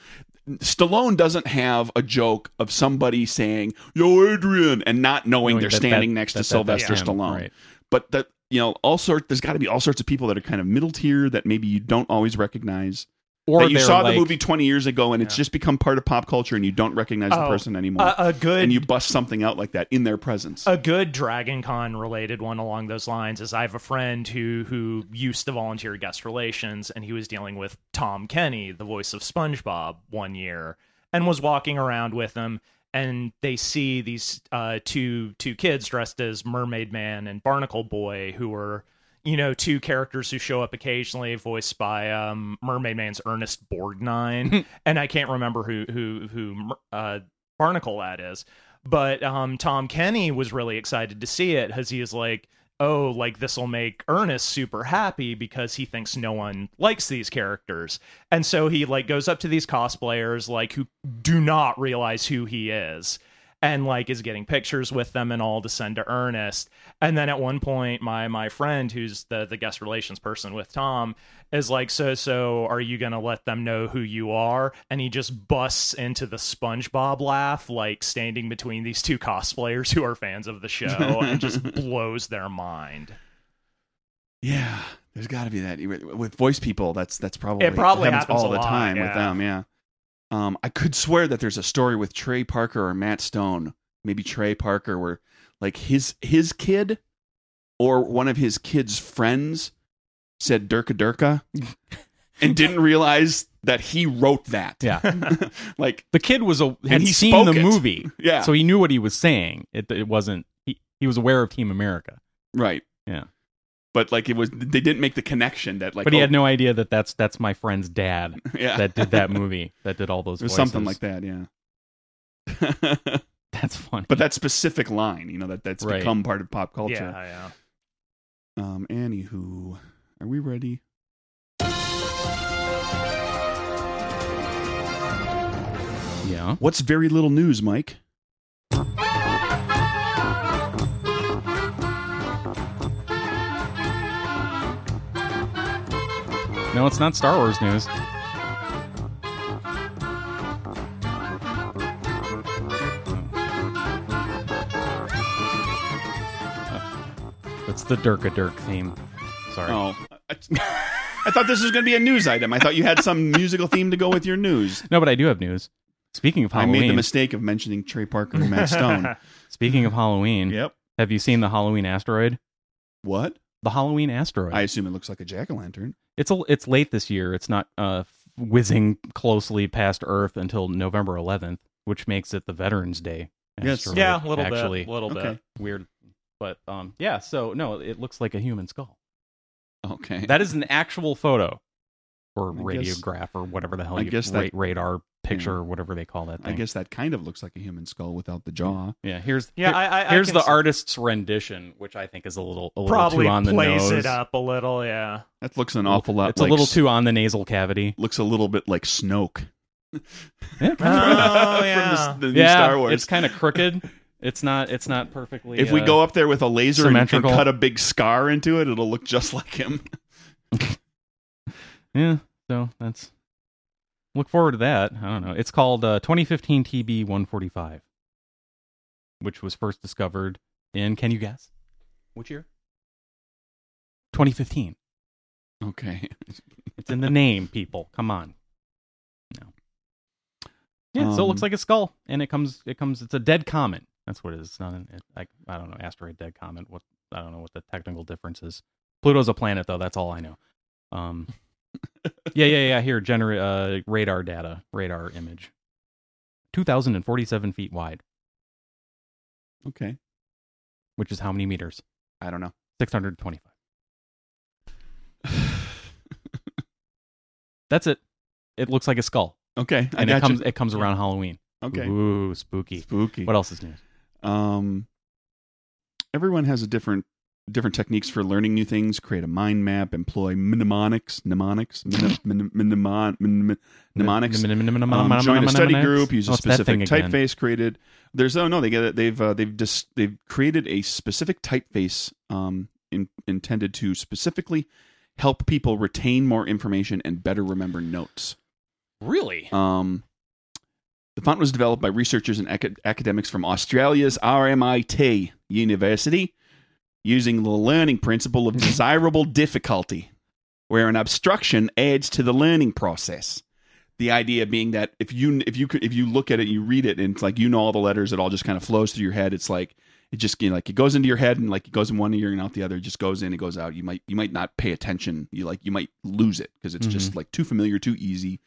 Stallone doesn't have a joke of somebody saying "Yo, Adrian" and not knowing, Knowing they're that- standing that- next that- to that- Sylvester that's him, Stallone. right. But that you know all sort. There's got to be all sorts of people that are kind of middle tier that maybe you don't always recognize. Or that you they're saw like- the movie 20 years ago and it's just become part of pop culture and you don't recognize the Oh, person anymore a, a and good you bust something out like that in their presence. Uh, a good Dragon Con related one along those lines is I have a friend who who used to volunteer guest relations and he was dealing with Tom Kenny, the voice of SpongeBob, one year and was walking around with him and they see these uh, two two kids dressed as Mermaid Man and Barnacle Boy who are you know two characters who show up occasionally voiced by um, Mermaid Man's Ernest Borgnine and I can't remember who who who uh, Barnacle that is but um, Tom Kenny was really excited to see it because he is like, oh, like this will make Ernest super happy because he thinks no one likes these characters, and so he like goes up to these cosplayers like who do not realize who he is. And like is getting pictures with them and all to send to Ernest. And then at one point, my my friend, who's the the guest relations person with Tom, is like, so so, are you gonna let them know who you are? And he just busts into the SpongeBob laugh, like standing between these two cosplayers who are fans of the show, and just blows their mind. yeah, there's got to be that with voice people. That's that's probably It probably happens all a the lot, time with yeah. them. Yeah, um, I could swear that there's a story with Trey Parker or Matt Stone, maybe Trey Parker, where like his his kid or one of his kids' friends said "Durka Durka" and didn't realize that he wrote that. yeah, like the kid was a had And he seen spoke the it. movie, yeah, so he knew what he was saying. It it wasn't he, he was aware of Team America, right, Yeah. But like it was, they didn't make the connection that like. but he had oh, no idea that that's that's my friend's dad yeah. that did that movie that did all those. It was voices. something like that, yeah. That's funny. but that specific line, you know, that that's Right. become part of pop culture. Yeah, uh, yeah. Um, anywho, are we ready? yeah, What's very little news, Mike? no, it's not Star Wars news. Uh, It's the Durka Dirk theme. Sorry. Oh, I, I thought this was going to be a news item. I thought you had some musical theme to go with your news. No, but I do have news. Speaking of Halloween, I made the mistake of mentioning Trey Parker and Matt Stone. speaking of Halloween, yep. have you seen the Halloween asteroid? What? The Halloween asteroid. I assume it looks like a jack o' lantern. it's a, it's late this year. It's not uh, whizzing closely past Earth until November 11th, which makes it the Veterans Day. Yes. asteroid, yeah, a little actually. bit, a little Okay. bit. weird, but um, yeah. So no, it looks like a human skull. Okay. That is an actual photo, or I guess- radiograph, or whatever the hell. I you, guess that- Hmm. ra- radar picture, or whatever they call that I thing. guess that kind of looks like a human skull without the jaw. Yeah. Here's Yeah, here- I, I, I here's can the see- artist's rendition, which I think is a little a little Probably too on the plays nose. it up a little. Yeah, That looks an awful lot. It's like a little s- too on the nasal cavity. Looks a little bit like Snoke. Yeah, Oh, From the s- yeah. Oh, the new Star Wars. it's kind of crooked. It's not. It's not perfectly. If we uh, go up there with a laser and, and Symmetrical. cut a big scar into it, it'll look just like him. yeah. So that's. Look forward to that. I don't know. It's called uh, 2015 TB 145, which was first discovered in. Can you guess? Which year? 2015. Okay. It's in the name, people. Come on. No. Yeah, so it looks Um, like a skull, and it comes. It comes. It's a dead comet. That's what it is. It's not an. It, I, I don't know. Asteroid, dead comet. What I don't know what the technical difference is. Pluto's a planet, though. That's all I know. Um. yeah, yeah, yeah. Here, generate uh, radar data, radar image. Two thousand and forty-seven feet wide, Okay. which is how many meters? I don't know. Six hundred twenty-five. That's it. It looks like a skull, Okay. I and it got comes. you. It comes around Halloween. Okay. Ooh, spooky. Spooky. What else is new? Um, everyone has a different different techniques for learning new things. Create a mind map. Employ mnemonics. Mnemonics. mnem- mnem- mnemon- mnem- Mnemonics. Um, join a study group. Use a Oh, it's that specific thing again. typeface created. There's oh no, they get it. They've uh, they've dis- they've created a specific typeface um, in- intended to specifically help people retain more information and better remember notes. Really? Um, the font was developed by researchers and acad- academics from Australia's RMIT University using the learning principle of desirable difficulty, where an obstruction adds to the learning process. The idea being that if you if you could, if you look at it, you read it, and it's like you know all the letters, it all just kind of flows through your head. It's like it just you know, like it goes into your head and like it goes in one ear and out the other. It just goes in, it goes out. You might you might not pay attention. You like you might lose it because it's just like too familiar, too easy.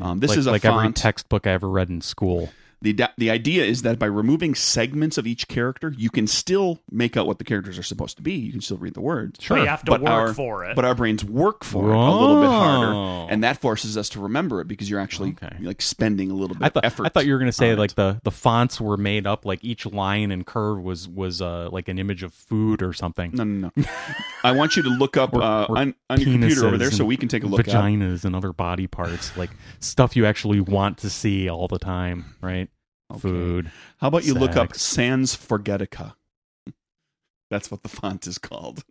Um, this like, is a like every font. textbook I ever read in school. the da- The idea is that by removing segments of each character, you can still make out what the characters are supposed to be. You can still read the words, But you have to but work our- for it. but our brains work for it a little bit Oh. harder, and that forces us to remember it because you're actually Okay. like spending a little bit I thought of effort. I thought you were going to say on it. like the, the fonts were made up like each line and curve was was uh, like an image of food or something. No, no, no. I want you to look up Or- uh, or on, on your computer over penises there so and we can take a look at it. Vaginas and other body parts, like stuff you actually want to see all the time, right? Okay. Food. How about you look up Sex. Sans Forgetica? That's what the font is called.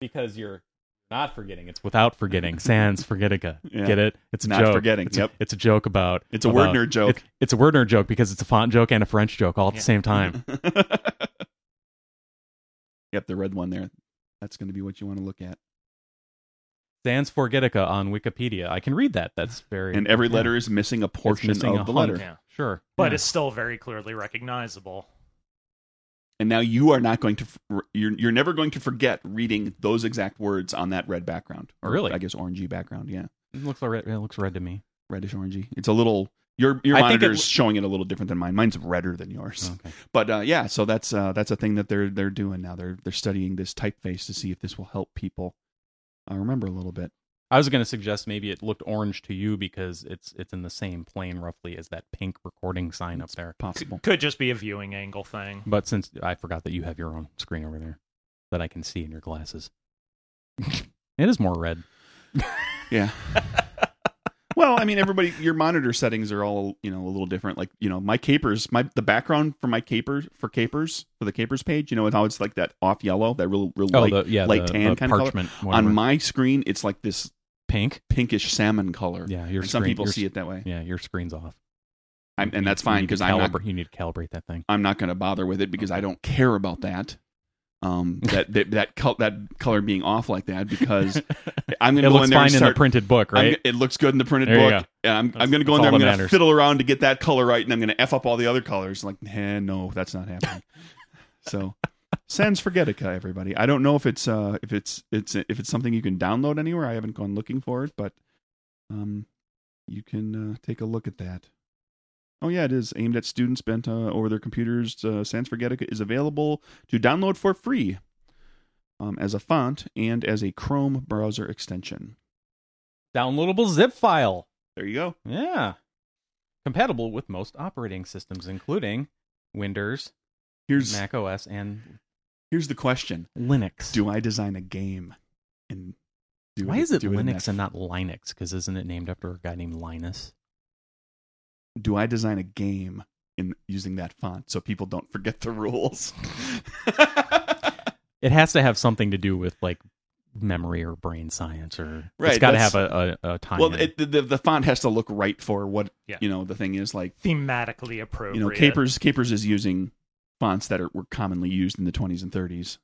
Because you're not forgetting. It's without forgetting. Sans forgetica. Yeah. Get it? It's a Not joke. forgetting. It's, Yep. a, it's a joke about. It's a word about- nerd joke. it- it's a word nerd joke because it's a font joke and a French joke all at Yeah. the same time. yep, the red one there. That's going to be what you want to look at. Sans forgetica on Wikipedia. I can read that. That's very. And every yeah. letter is missing a portion missing of the a hunk. letter. yeah. Sure. But Yeah. it's still very clearly recognizable. And now you are not going to, f- you're, you're never going to forget reading those exact words on that red background. Really? I guess orangey background. Yeah. It looks red. It looks red to me. Reddish orangey. It's a little, your, your I think it monitor's w- Oh. showing it a little different than mine. Mine's redder than yours. Okay. But uh, yeah, so that's uh, that's a thing that they're they're doing now. They're they're studying this typeface to see if this will help people uh, remember a little bit. I was going to suggest maybe it looked orange to you because it's it's in the same plane roughly as that pink recording sign up there. Possible. Could just be a viewing angle thing. But since I forgot that you have your own screen over there that I can see in your glasses, it is more red. Yeah. well, I mean, everybody, your monitor settings are all you know a little different. Like you know, my capers, my the background for my capers for capers for the capers page, you know, how it's like that off yellow, that real real light. oh, the, yeah, light the, tan the kind of color. parchment whatever. On my screen, it's like this pink. pinkish salmon color. Yeah, your Some screen- people your see s- it that way, Yeah, your screen's off. I'm, You and need- that's you fine need to because I'm not calibra- You need to calibrate that thing. I'm not going to bother with it because I don't care about that. Um, that that that, col- that color being off like that because I'm going It to go looks in there fine and in the start. printed book, I'm right? g- it looks good in the printed There you book. And I'm I'm That's- going to go in there. that's all I'm that going to matters. fiddle around to get that color right, and I'm going to f up all the other colors. Like, eh, no, that's not happening. so, sans forgetica, everybody. I don't know if it's uh if it's it's if it's something you can download anywhere. I haven't gone looking for it, but um, you can uh, take a look at that. Oh yeah, it is aimed at students bent uh, over their computers. Uh, Sans Forgetica is available to download for free um, as a font and as a Chrome browser extension. Downloadable zip file. There you go. Yeah. Compatible with most operating systems, including Windows, Here's Mac OS, and here's the question: Linux. Do I design a game? And do Why is it do in Linux that- and not Linux? Because isn't it named after a guy named Linus? Do I design a game in using that font so people don't forget the rules. It has to have something to do with like memory or brain science or it's Right, got to that's- have a, a, a time. well, in. it, the, the font has to look right for what Yeah. you know the thing is. Like thematically appropriate. you know, Capers Capers is using fonts that are, were commonly used in the 20s and 30s,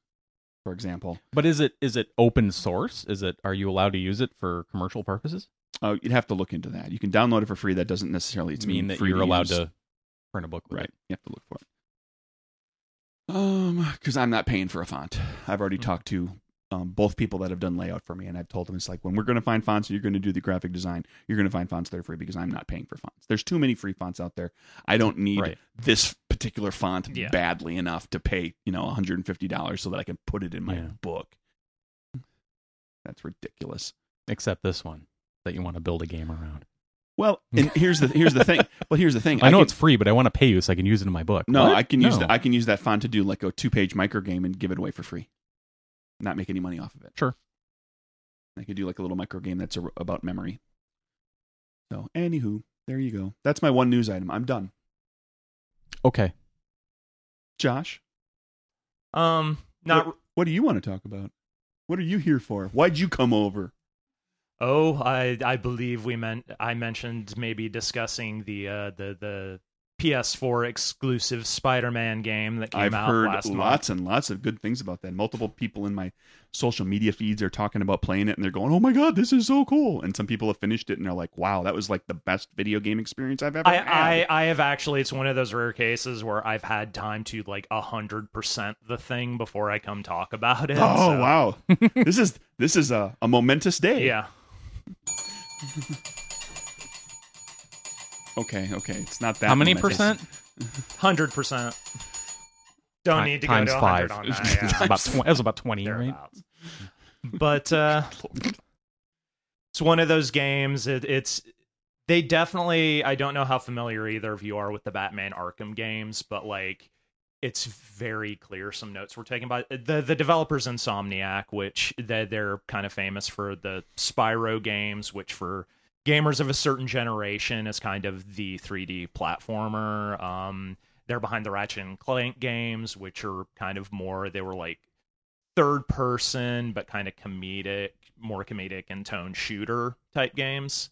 for example. but is it is it open source? Is it are you allowed to use it for commercial purposes? Uh, you'd have to look into that. You can download it for free. That doesn't necessarily it's mean that free you're allowed use. to print a book with Right. it. You have to look for it. Um, because I'm not paying for a font. I've already Hmm. talked to um, both people that have done layout for me, and I've told them it's like when we're going to find fonts, you're going to do the graphic design. You're going to find fonts that are free because I'm not paying for fonts. There's too many free fonts out there. I don't need Right. this particular font Yeah. badly enough to pay you know 150 dollars so that I can put it in my Yeah. book. That's ridiculous. Except this one that you want to build a game around. Well, and here's the here's the thing. Well, here's the thing. I know can- it's free, but I want to pay you so I can use it in my book. No, What? I can use No. that. I can use that font to do like a two-page micro game and give it away for free, not make any money off of it. Sure. I could do like a little micro game that's a, about memory. So, anywho, there you go. That's my one news item. I'm done. okay. Josh, Um, not. what, what do you want to talk about? What are you here for? Why'd you come over? Oh, I I believe we meant I mentioned maybe discussing the uh the the PS4 exclusive Spider-Man game that came I've out heard last month. lots and lots of good things about that. Multiple people in my social media feeds are talking about playing it and they're going, "Oh my god, this is so cool!" And some people have finished it and they're like, "Wow, that was like the best video game experience I've ever had." I, I I have actually it's one of those rare cases where I've had time to like a hundred percent the thing before I come talk about it. Oh so, wow! this is this is a, a momentous day. Yeah. Okay. Okay. It's not that. How many momentous. percent? Hundred percent. Don't Ti- need to times go to five. 100 on that. Yeah. It's about tw- that was about twenty, right? thereabouts. but uh, it's one of those games. It, it's they definitely. I don't know how familiar either of you are with the Batman Arkham games, but like it's very clear some notes were taken by the the developers Insomniac, which they, they're kind of famous for the Spyro games, which for gamers of a certain generation is kind of the 3D platformer. Um, they're behind the Ratchet and Clank games, which are kind of more they were like third person but kind of comedic more comedic in tone shooter type games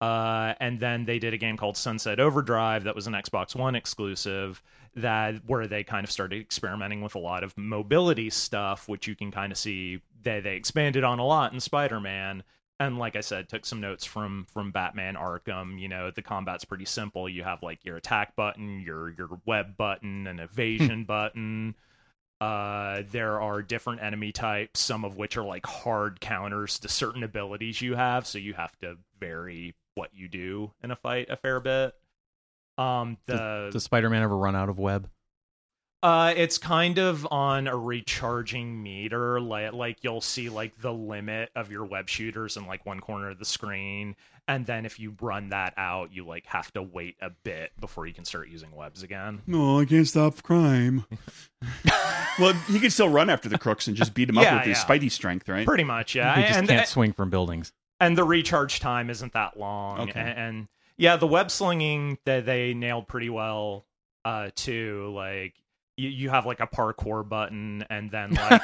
uh, and then they did a game called sunset overdrive that was an xbox one exclusive that where they kind of started experimenting with a lot of mobility stuff which you can kind of see they, they expanded on a lot in spider-man and like i said took some notes from from batman arkham you know the combat's pretty simple you have like your attack button your your web button an evasion button uh, there are different enemy types, some of which are like hard counters to certain abilities you have, so you have to vary what you do in a fight a fair bit. Um, the Does Spider-Man ever run out of web? uh, it's kind of on a recharging meter. Like, like you'll see like the limit of your web shooters in like one corner of the screen, and then if you run that out, you like have to wait a bit before you can start using webs again. No, I can't stop crime. well, he could still run after the crooks and just beat him up Yeah, with his yeah. Spidey strength, right? Pretty much, yeah. He just and, can't swing from buildings. and the recharge time isn't that long. Okay. A- And, yeah, the web slinging that they nailed pretty well uh too. Like you, you have like a parkour button and then like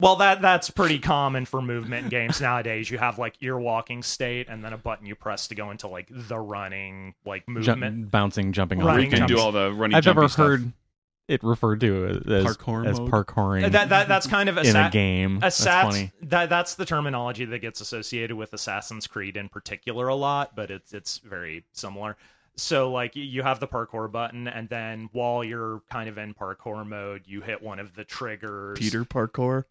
Well, that that's pretty common for movement in games nowadays. You have like your walking state and then a button you press to go into like the running like Ju- movement. bouncing, jumping. Where over he running can things. do all the running. I've jumpy never stuff. heard it referred to as Parkour as mode? parkouring That, that that's kind of a in sa- a game. That's Assassin, funny. That that's the terminology that gets associated with Assassin's Creed in particular a lot, but it's it's very similar. So like y- you have the parkour button, and then while you're kind of in parkour mode, you hit one of the triggers, Peter parkour.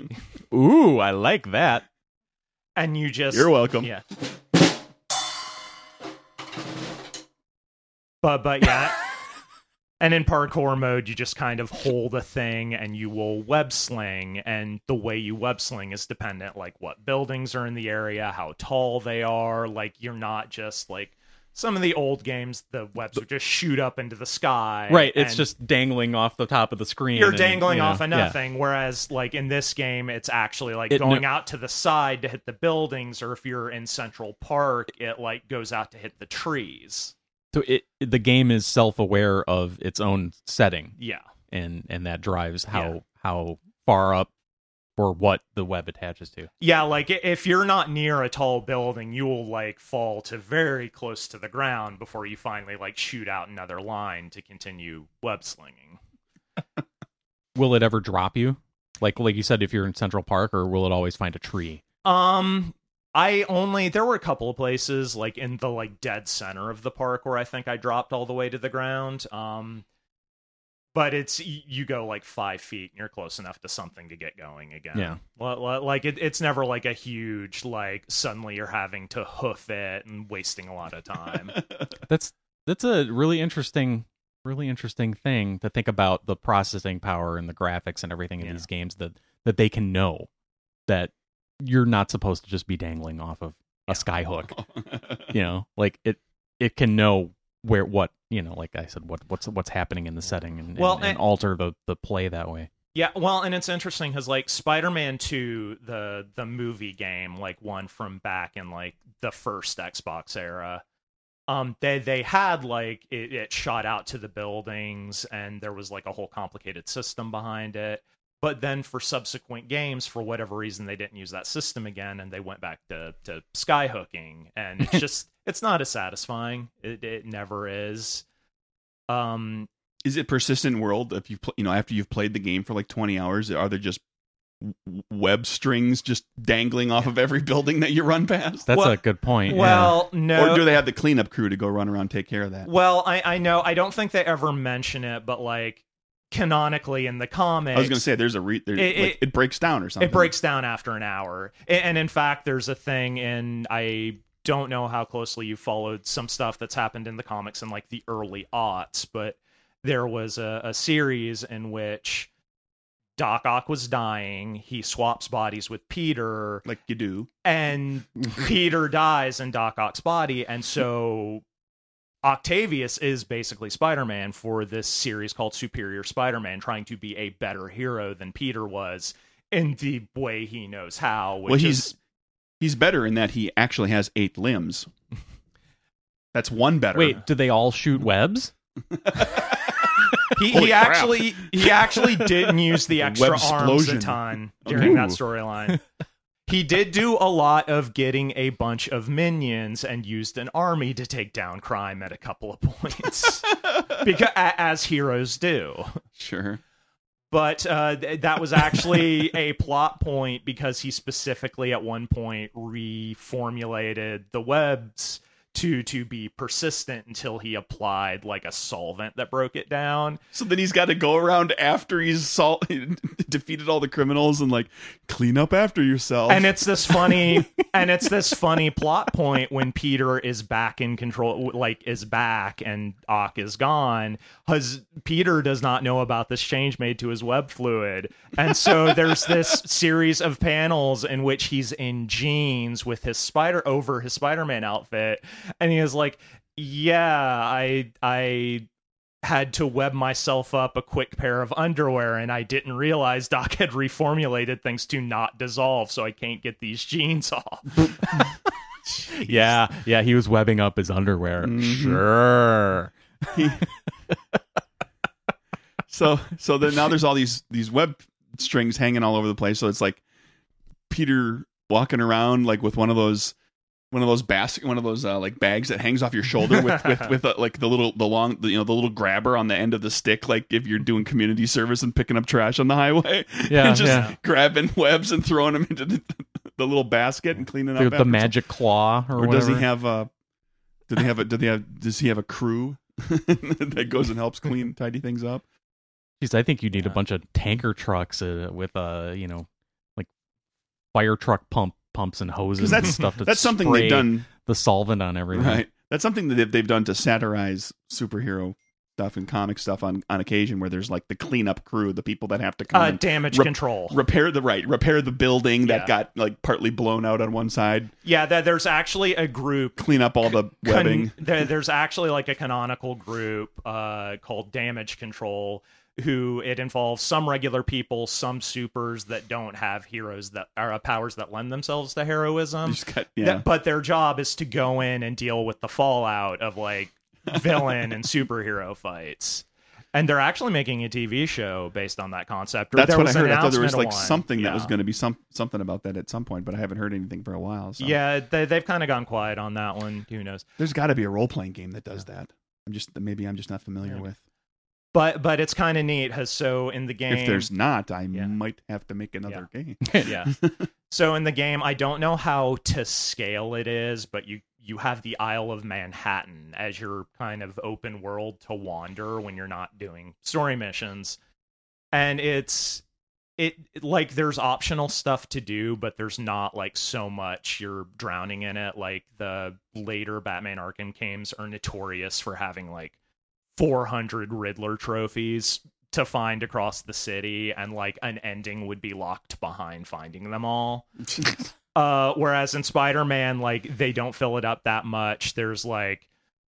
Ooh, I like that. and you just You're welcome. yeah. But but yeah. and in parkour mode, you just kind of hold a thing and you will web sling. And the way you web sling is dependent like what buildings are in the area, how tall they are. Like you're not just like some of the old games, the webs would just shoot up into the sky. Right, it's and- just dangling off the top of the screen. you're and, dangling you know, off of yeah. nothing. Whereas, like in this game, it's actually like It- going no- out to the side to hit the buildings, or if you're in Central Park, it like goes out to hit the trees. So it, the game is self-aware of its own setting, Yeah. and and that drives how Yeah. how far up or what the web attaches to. Yeah, like i- if you're not near a tall building, you'll like fall to very close to the ground before you finally like shoot out another line to continue web slinging. Will it ever drop you? Like like you said, if you're in Central Park, or will it always find a tree? Um I only there were a couple of places like in the like dead center of the park where I think I dropped all the way to the ground. Um but it's y- you go like five feet and you're close enough to something to get going again. Yeah. Li- li- like it, it's never like a huge like suddenly you're having to hoof it and wasting a lot of time. That's that's a really interesting really interesting thing to think about the processing power and the graphics and everything in Yeah. these games that that they can know that you're not supposed to just be dangling off of a skyhook. you know like it it can know where what you know like i said what what's what's happening in the setting and, and- Well, and, and- alter the the play that way Yeah, well, and it's interesting because like Spider-Man Two, the the movie game, like one from back in like the first Xbox era, um, they they had like it, it shot out to the buildings, and there was like a whole complicated system behind it. But then for subsequent games, for whatever reason, they didn't use that system again, and they went back to to skyhooking, and it's just it's not as satisfying. It it never is. Um, Is it persistent world? If you pl- you know after you've played the game for like twenty hours, are there just w- web strings just dangling off of every building that you run past, that's Well- a good point yeah. well, no, or do they have the cleanup crew to go run around and take care of that? Well, I, I know I don't think they ever mention it, but like canonically in the comics, I was going to say there's a re- there, It- like, it- it, breaks down or something. it breaks down after an hour. A- And in fact, there's a thing in I don't know how closely you followed some stuff that's happened in the comics in like the early aughts, but there was a, a series in which Doc Ock was dying. He swaps bodies with Peter, like you do. and Peter dies in Doc Ock's body, and so Octavius is basically Spider-Man for this series called Superior Spider-Man, trying to be a better hero than Peter was in the way he knows how. Which Well, he's- is, He's better in that he actually has eight limbs. That's one better. wait do they all shoot webs he, Holy he crap. actually he actually didn't use the extra arms a Websplosion. ton during that Ooh. storyline. He did do a lot of getting a bunch of minions and used an army to take down crime at a couple of points, because as heroes do. Sure. but uh, th- that was actually a plot point because he specifically at one point reformulated the webs to to be persistent until he applied like a solvent that broke it down. So then he's got to go around after he's sol- defeated all the criminals and like clean up after yourself. And it's this funny and it's this funny plot point when Peter is back in control like is back and Ock is gone. Hus Peter does not know about this change made to his web fluid. And so there's this series of panels in which he's in jeans with his spider over his Spider-Man outfit and he is like, "Yeah, I I had to web myself up a quick pair of underwear and I didn't realize Doc had reformulated things to not dissolve, so I can't get these jeans off. yeah yeah he was webbing up his underwear Mm-hmm. sure so so then now there's all these these web strings hanging all over the place. So it's like Peter walking around like with one of those one of those basket one of those uh, like bags that hangs off your shoulder with with, with uh, like the little the long the, you know the little grabber on the end of the stick like if you're doing community service and picking up trash on the highway Yeah, and just yeah. grabbing webs and throwing them into the, the little basket and cleaning the, up the after- magic claw or, or does he whatever. have a do they have a do they have does he have a crew that goes and helps clean tidy things up Jeez, I think you need a Yeah. bunch of tanker trucks uh, with uh, you know, like fire truck pump pumps and hoses because and that's stuff. To that's something spray they've done the solvent on everything. right that's something that they've, they've done to satirize superhero stuff and comic stuff on on occasion where there's like the cleanup crew the people that have to come Uh, and damage Rep- control. repair the right repair the building Yeah. that got like partly blown out on one side yeah, there, there's actually a group. clean up all the con- webbing there, there's actually like a canonical group uh, called Damage Control, who it involves some regular people, some supers that don't have heroes that are uh, powers that lend themselves to heroism. Just got- yeah That- but their job is to go in and deal with the fallout of like villain and superhero fights. And they're actually making a TV show based on that concept. Or That's there what I was an heard. I thought there was announcement like of one. something that Yeah. was going to be some something about that at some point, but I haven't heard anything for a while. So. Yeah, they, they've kind of gone quiet on that one. Who knows? there's got to be a role playing game that does that. I'm just maybe I'm just not familiar Yeah. with. But but it's kind of neat. Has so in the game. If there's not, I Yeah. might have to make another game. yeah. So in the game, I don't know how to scale it is, but you you have the Isle of Manhattan as your kind of open world to wander when you're not doing story missions. And it's it like there's optional stuff to do, but there's not like so much you're drowning in it. Like the later Batman Arkham games are notorious for having like 400 Riddler trophies to find across the city, and like an ending would be locked behind finding them all. Uh, whereas in Spider-Man, like they don't fill it up that much. There's like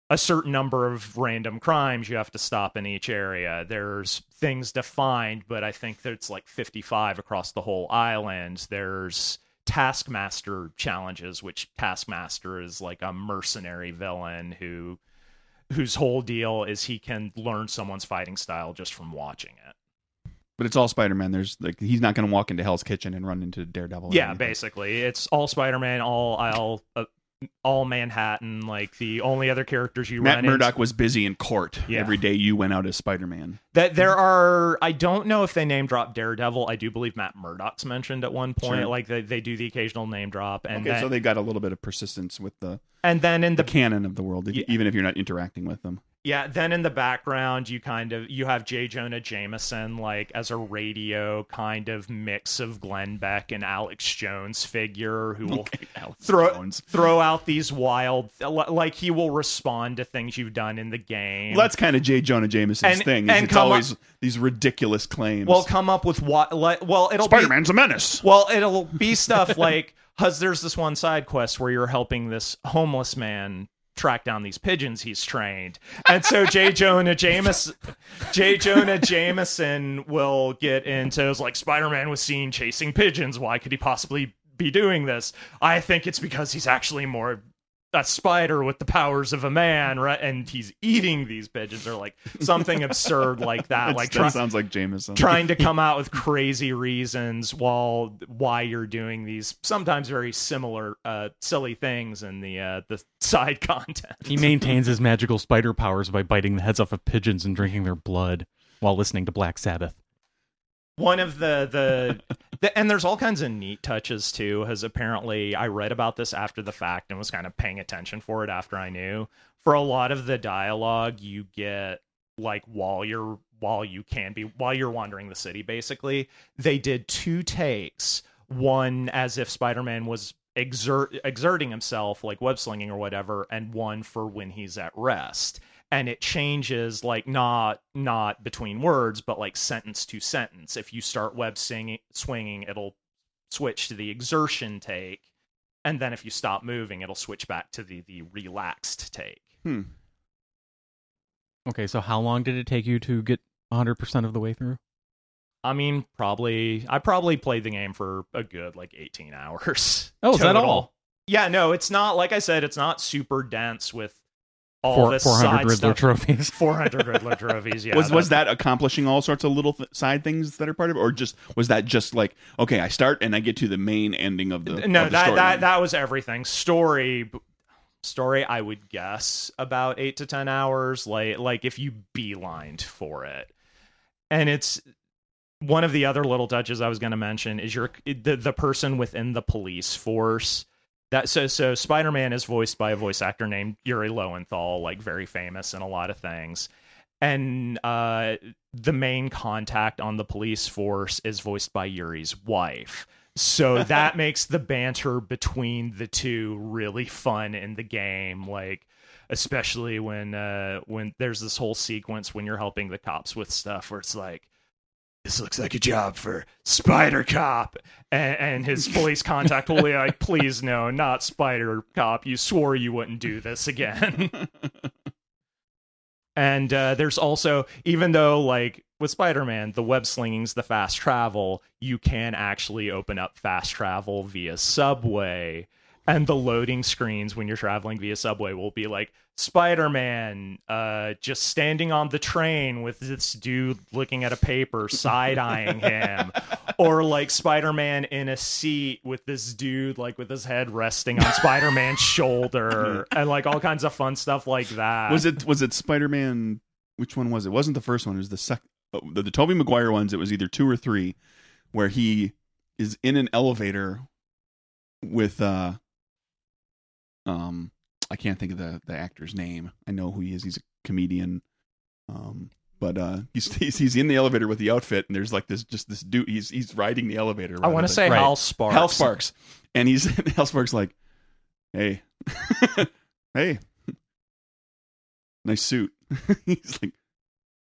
a certain number of random crimes you have to stop in each area. There's things defined, but I think there's like 55 across the whole island. There's Taskmaster challenges, which Taskmaster is like a mercenary villain who whose whole deal is he can learn someone's fighting style just from watching it. But it's all Spider Man. There's like he's not going to walk into Hell's Kitchen and run into Daredevil. or yeah anything. basically it's all spider-man all all uh, all manhattan like the only other characters you Matt run Murdock was busy in court Yeah. every day. You went out as Spider Man. into that there are i don't know if they name drop daredevil i do believe matt murdock's mentioned at one point Sure. like they, they do the occasional name drop and Okay, then, so they got a little bit of persistence with the, and then in the the canon of the world, if- Yeah. even if you're not interacting with them. Yeah, then in the background you kind of you have J. Jonah Jameson like as a radio kind of mix of Glenn Beck and Alex Jones figure who will throw Jones. throw out these wild like he will respond to things you've done in the game. Well, that's kind of J. Jonah Jameson's And- thing. is and it's come always these ridiculous claims. well come up with what like, well it'll Spider be Man's a menace. Well, it'll be stuff like because there's this one side quest where you're helping this homeless man track down these pigeons he's trained. And so J. Jonah Jameson J. Jonah Jameson will get into it's like Spider-Man was seen chasing pigeons. Why could he possibly be doing this? I think it's because he's actually more a spider with the powers of a man, right? And he's eating these pigeons or like something absurd like that. That's- like that try- sounds like Jameson. trying to come out with crazy reasons while why you're doing these sometimes very similar uh silly things in the uh the side content He maintains his magical spider powers by biting the heads off of pigeons and drinking their blood while listening to Black Sabbath. one of the the, the and there's all kinds of neat touches too has apparently i read about this after the fact and was kind of paying attention for it after i knew for a lot of the dialogue you get like while you're while you can be while you're wandering the city basically they did two takes one as if spider-man was exert exerting himself like web slinging or whatever and one for when he's at rest and it changes like not not between words but like sentence to sentence if you start web singing, swinging it'll switch to the exertion take and then if you stop moving it'll switch back to the the relaxed take Okay, so how long did it take you to get 100% of the way through? i mean probably i probably played the game for a good like 18 hours Oh, is that total. all? yeah no it's not like i said it's not super dense with all Four, this 400 side Riddler stuff. trophies. 400 Riddler trophies. Yeah, was was that accomplishing all sorts of little th- side things that are part of it, or just was that just like okay, I start and I get to the main ending of the no of the that storyline? that that was everything story b- story i would guess about eight to ten hours like like if you beelined for it and it's one of the other little touches i was going to mention is your the, the person within the police force that so so spider-man is voiced by a voice actor named yuri lowenthal like very famous in a lot of things and uh the main contact on the police force is voiced by yuri's wife so that makes the banter between the two really fun in the game like especially when uh when there's this whole sequence when you're helping the cops with stuff where it's like this looks like a job for Spider Cop. And, and his police contact will be like, please, no, not Spider Cop. You swore you wouldn't do this again. and uh, there's also, even though, like, with Spider Man, the web slinging's the fast travel, you can actually open up fast travel via subway. and the loading screens when you're traveling via subway will be like spider-man uh just standing on the train with this dude looking at a paper side-eyeing him or like spider-man in a seat with this dude like with his head resting on spider-man's shoulder and like all kinds of fun stuff like that was it was it Spider-Man which one was it? it wasn't the first one, it was the second the, the Toby Maguire ones, it was either 2 or 3 where he is in an elevator with uh um I can't think of the the actor's name. I know who he is. He's a comedian. Um but uh he's he's, he's in the elevator with the outfit and there's like this just this dude he's he's riding the elevator. i rather want to than- say Right. hal sparks Hal Sparks. And he's Hal Sparks like, hey, hey, nice suit. he's like,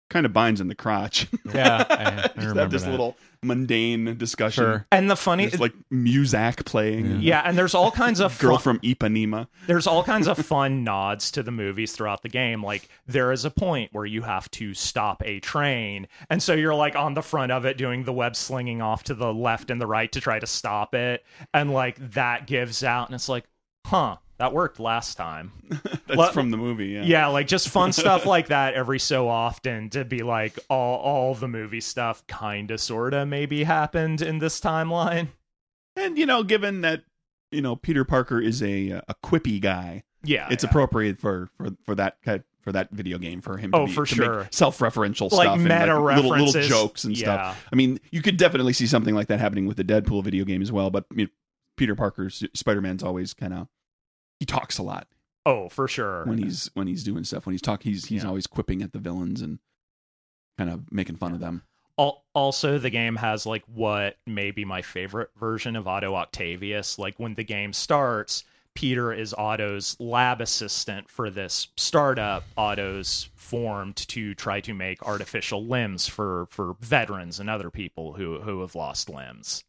kind of binds in the crotch. Yeah, I- I Just have remember this that. little mundane discussion. Sure. and the funny There's like Muzak playing. yeah and there's all kinds of Girl fun, from Ipanema. there's all kinds of fun nods to the movies throughout the game. Like there is a point where you have to stop a train, and so you're like on the front of it doing the web slinging off to the left and the right to try to stop it, and like that gives out, and it's like, huh, that worked last time. That's Well, from the movie. Yeah. Yeah, like just fun stuff like that every so often to be like all all the movie stuff kind of sort of maybe happened in this timeline. And, you know, given that, you know, Peter Parker is a a quippy guy, Yeah, it's Oh, yeah. appropriate for, for, for that kind for that video game for him to Oh, be- for to sure. make self-referential Like stuff meta and like little, little references. jokes and stuff Yeah. I mean, you could definitely see something like that happening with the Deadpool video game as well. But you know, Peter Parker's Spider Man's always kind of he talks a lot Oh, for sure. when he's when he's doing stuff. When he's talking, he's he's Yeah. always quipping at the villains and kind of making fun of them. Al- also the game has like what may be my favorite version of otto octavius like when the game starts peter is otto's lab assistant for this startup otto's formed to try to make artificial limbs for for veterans and other people who who have lost limbs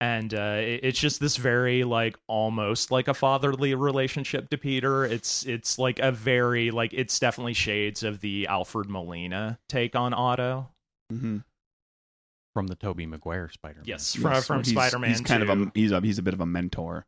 and uh, it- it's just this very like almost like a fatherly relationship to Peter. It's it's like a very like it's definitely shades of the Alfred Molina take on Otto. Mm-hmm. from the Toby Maguire Spider-Man. Yes, from, from Spider-Man. he's kind of a 2. he's a he's a bit of a mentor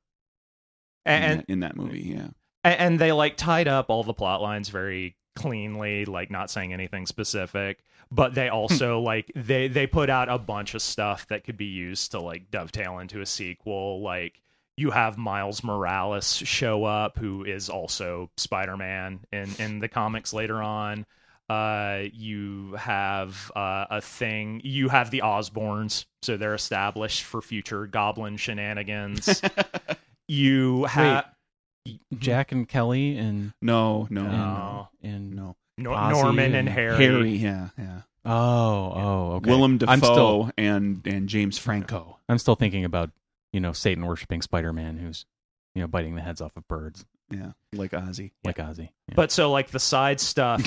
in, and, that, in that movie. Yeah, and and they like tied up all the plot lines very cleanly, like not saying anything specific. But they also like they they put out a bunch of stuff that could be used to like dovetail into a sequel, like. You have Miles Morales show up, who is also Spider-Man in, in the comics later on. Uh, you have uh, a thing. You have the Osborns, so they're established for future Goblin shenanigans. you have Jack and Kelly and no, no, and, No. and no. Nor- Ozzy Norman and and Oh. Harry. Harry, yeah, yeah. oh oh okay. Willem Dafoe I'm still and and James Franco. I'm still thinking about you know Satan worshiping Spider-Man who's you know biting the heads off of birds Yeah, like Ozzy. like Ozzy. Yeah. But so like the side stuff,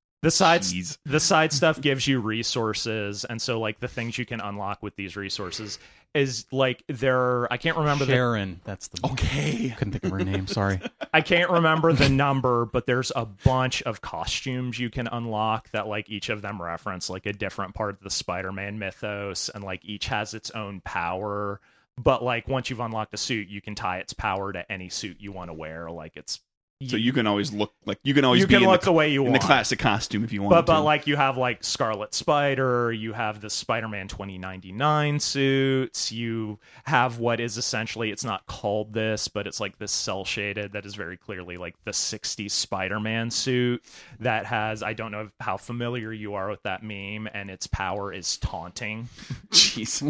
the side Jeez. the side stuff gives you resources, and so like the things you can unlock with these resources is like there. Are, I can't remember the Sharon, that's the Okay. couldn't think of her name. Sorry. I can't remember the number, but there's a bunch of costumes you can unlock that like each of them reference like a different part of the Spider-Man mythos and like each has its own power. But like once you've unlocked a suit, you can tie its power to any suit you want to wear. Like it's So you can always look like you can always you be can in the look the, way you in want. the classic costume if you want. but to. but like you have like Scarlet Spider, you have the Spider-Man 2099 suits, you have what is essentially it's not called this, but it's like this cell shaded that is very clearly like the 60s Spider-Man suit that has I don't know how familiar you are with that meme and its power is taunting. jeez.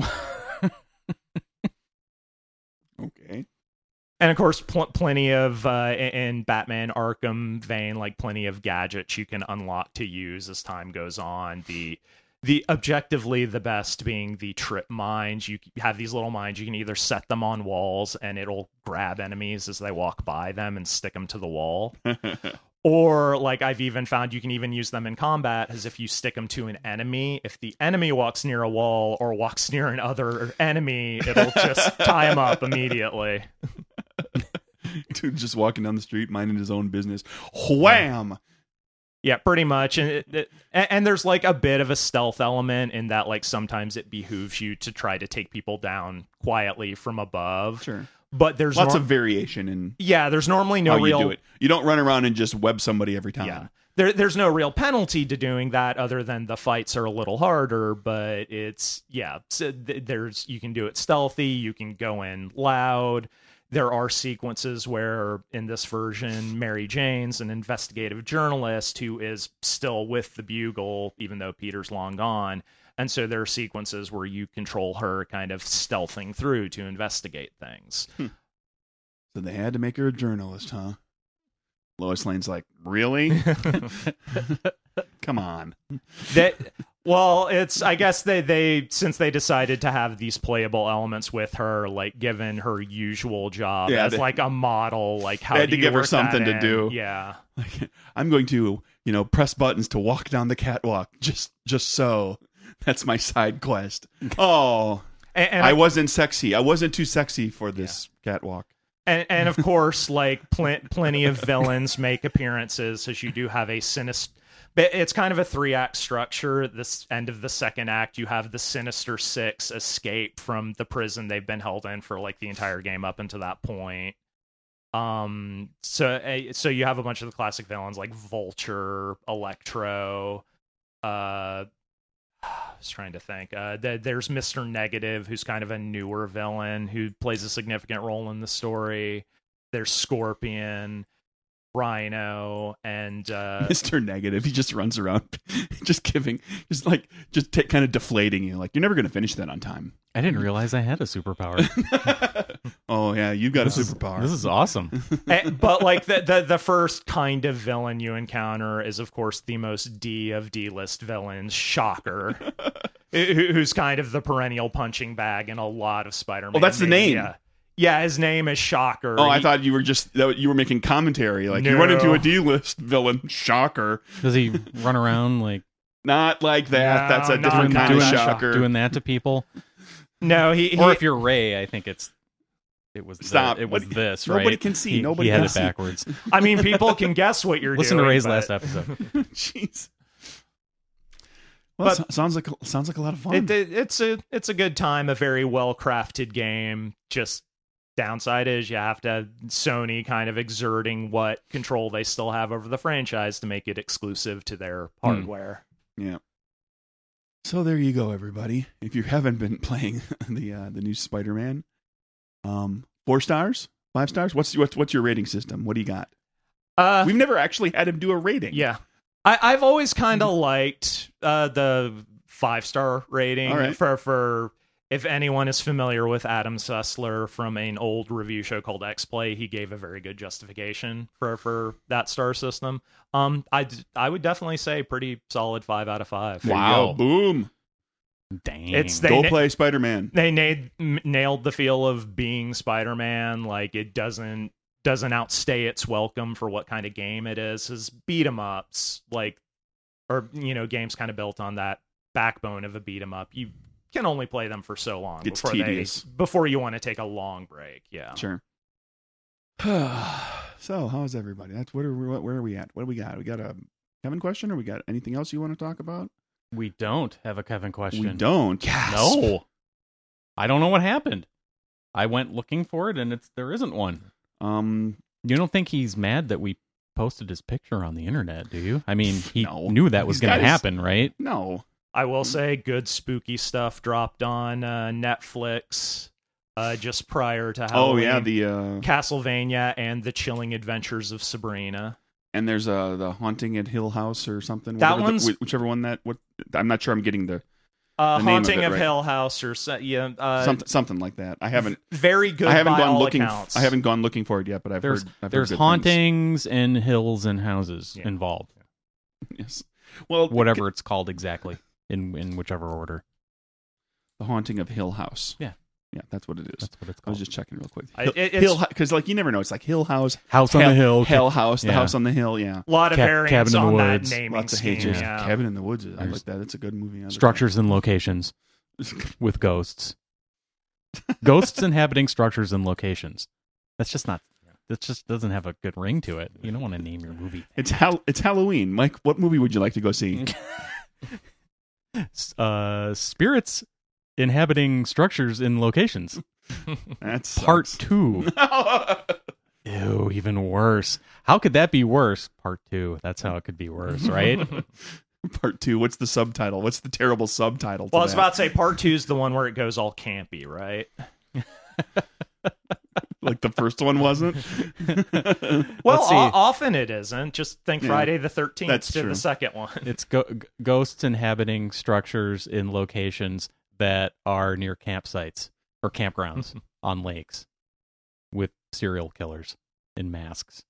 okay. and of course pl- plenty of uh, in- in batman arkham vein like plenty of gadgets you can unlock to use as time goes on the the objectively the best being the trip mines you c- have these little mines you can either set them on walls and it'll grab enemies as they walk by them and stick them to the wall or like I've even found you can even use them in combat as if you stick them to an enemy. If the enemy walks near a wall or walks near another enemy, it'll just tie them up immediately. Dude, just walking down the street, minding his own business. Wham! Yeah, pretty much. And it, it- and and there's like a bit of a stealth element in that like sometimes it behooves you to try to take people down quietly from above. Sure. but there's Lots nor- of variation in yeah, there's normally no how real you do it. You don't run around and just web somebody every time. Yeah. There, there's no real penalty to doing that other than the fights are a little harder, but it's yeah. So th- there's you can do it stealthy, you can go in loud. There are sequences where in this version, Mary Jane's an investigative journalist who is still with the Bugle, even though Peter's long gone. And so there are sequences where you control her kind of stealthing through to investigate things. So they had to make her a journalist, huh? Lois Lane's like, really? Come on. that well it's i guess they they since they decided to have these playable elements with her like given her usual job Yeah, as they- like a model like how they had to do you give her work that something to in? do. yeah Like, I'm going to, you know, press buttons to walk down the catwalk just just so. That's my side quest. Oh, and, and I wasn't sexy. I wasn't too sexy for this catwalk. And, and of course, like pl- plenty of villains make appearances, as you do have a sinister. It's kind of a three act structure. This end of the second act, you have the Sinister Six escape from the prison they've been held in for like the entire game up until that point. Um, so eh, so you have a bunch of the classic villains like Vulture, Electro. Uh, I was trying to think. Uh, th- there's Mister Negative, who's kind of a newer villain who plays a significant role in the story. There's Scorpion, Rhino, and uh, Mr. Negative, he just runs around, just giving, just like, just ta- kind of deflating you. Like, you're never going to finish that on time. I didn't realize I had a superpower. oh, yeah, you've got a superpower. this is awesome. And- Eh, but like the, the the first kind of villain you encounter is of course the most D of D list villains, Shocker, who- who's kind of the perennial punching bag in a lot of Spider-Man. Oh, that's the name. media. Yeah, his name is Shocker. Oh, I He- thought you were just that you were making commentary. Like you No. run into a D list villain, shocker. Does he run around like Not like that. No, That's a not different doing, kind of doing- shocker. doing that to people? no, he, he or if you're Ray, I think it's it was the- Stop. it was What- this right. nobody can see. He, Nobody he had can it see. backwards. I mean, people can guess what you're Listen doing. to Ray's but- last episode. Jeez. Well, But- so- sounds like sounds like a lot of fun. It, it- it's a it's a good time, a very well crafted game. Just downside is you have to have Sony kind of exerting what control they still have over the franchise to make it exclusive to their Hmm. hardware. yeah. So there you go, everybody. If you haven't been playing the uh, the new Spider Man, um, four stars, five stars. What's what's what's your rating system? What do you got? Uh, We've never actually had him do a rating. yeah, I, I've always kind Mm-hmm. of liked uh, the five star rating All right. for for. If anyone is familiar with Adam Sussler from an old review show called X Play, he gave a very good justification for, for that star system. Um, I I would definitely say pretty solid five out of five. There you Wow. go. Boom. Dang. It's the- They Go na- play Spider Man. they nailed m- nailed the feel of being Spider-Man. Like it doesn't doesn't outstay its welcome for what kind of game it is. His beat 'em ups, like or you know, games kind of built on that backbone of a beat 'em up. You can only play them for so long It's before they- tedious. before you want to take a long break. Yeah. Sure. so, how's everybody? That's what are we, what, where are we at? What do we got? We got a Kevin question, or we got anything else you want to talk about? we don't have a Kevin question. We don't. No. I don't know what happened. I went looking for it, and it's there isn't one. Um. You don't think he's mad that we posted his picture on the internet, do you? I mean, he No. knew that was He's going got to his- happen, right? No. I will say good spooky stuff dropped on uh, Netflix uh, just prior to Oh Halloween. yeah. The uh. Castlevania and the Chilling Adventures of Sabrina. And there's uh the haunting at Hill House or something. That Whatever the- one's- whi- whichever one that. What I'm not sure. I'm getting the uh, the name of haunting it, of, right. Hill House or so, yeah, uh, something something like that. I haven't. very good. I haven't by gone all looking. Accounts. I haven't gone looking for it yet, but I've There's heard. I've heard there's good hauntings and hills and houses Yeah. involved. things. Yes. Well, Whatever it's called exactly in in whichever order. The haunting of Hill House. Yeah. Yeah, that's what it is. That's what it's I was called. just checking real quick. I- Hill- it- it's- Hill, because like you never know. It's like Hill House, House on the hill. Hell House, the yeah. House on the Hill. Yeah, A lot of Ca- variants Cabin in on the that Woods, naming lots of scheme. H's. yeah. Cabin in the Woods. I There's- like that. It's a good movie. I like structures and locations with ghosts. ghosts inhabiting structures and locations. That's just not. That just doesn't have a good ring to it. You don't want to name your movie that. It's Hal- It's Halloween. Mike, what movie would you like to go see? S- uh spirits inhabiting structures in locations. That's uh, Part two. Ew, even worse. How could that be worse? Part two. That's how it could be worse, right? part two. What's the subtitle? What's the terrible subtitle? to Well, I was that? about to say part two is the one where it goes all campy, right? like the first one wasn't. Well, Let's see. o- often it isn't. Just think Yeah. Friday the 13th That's to true. the second one. it's go- g- ghosts inhabiting structures in locations that are near campsites or campgrounds on lakes with serial killers in masks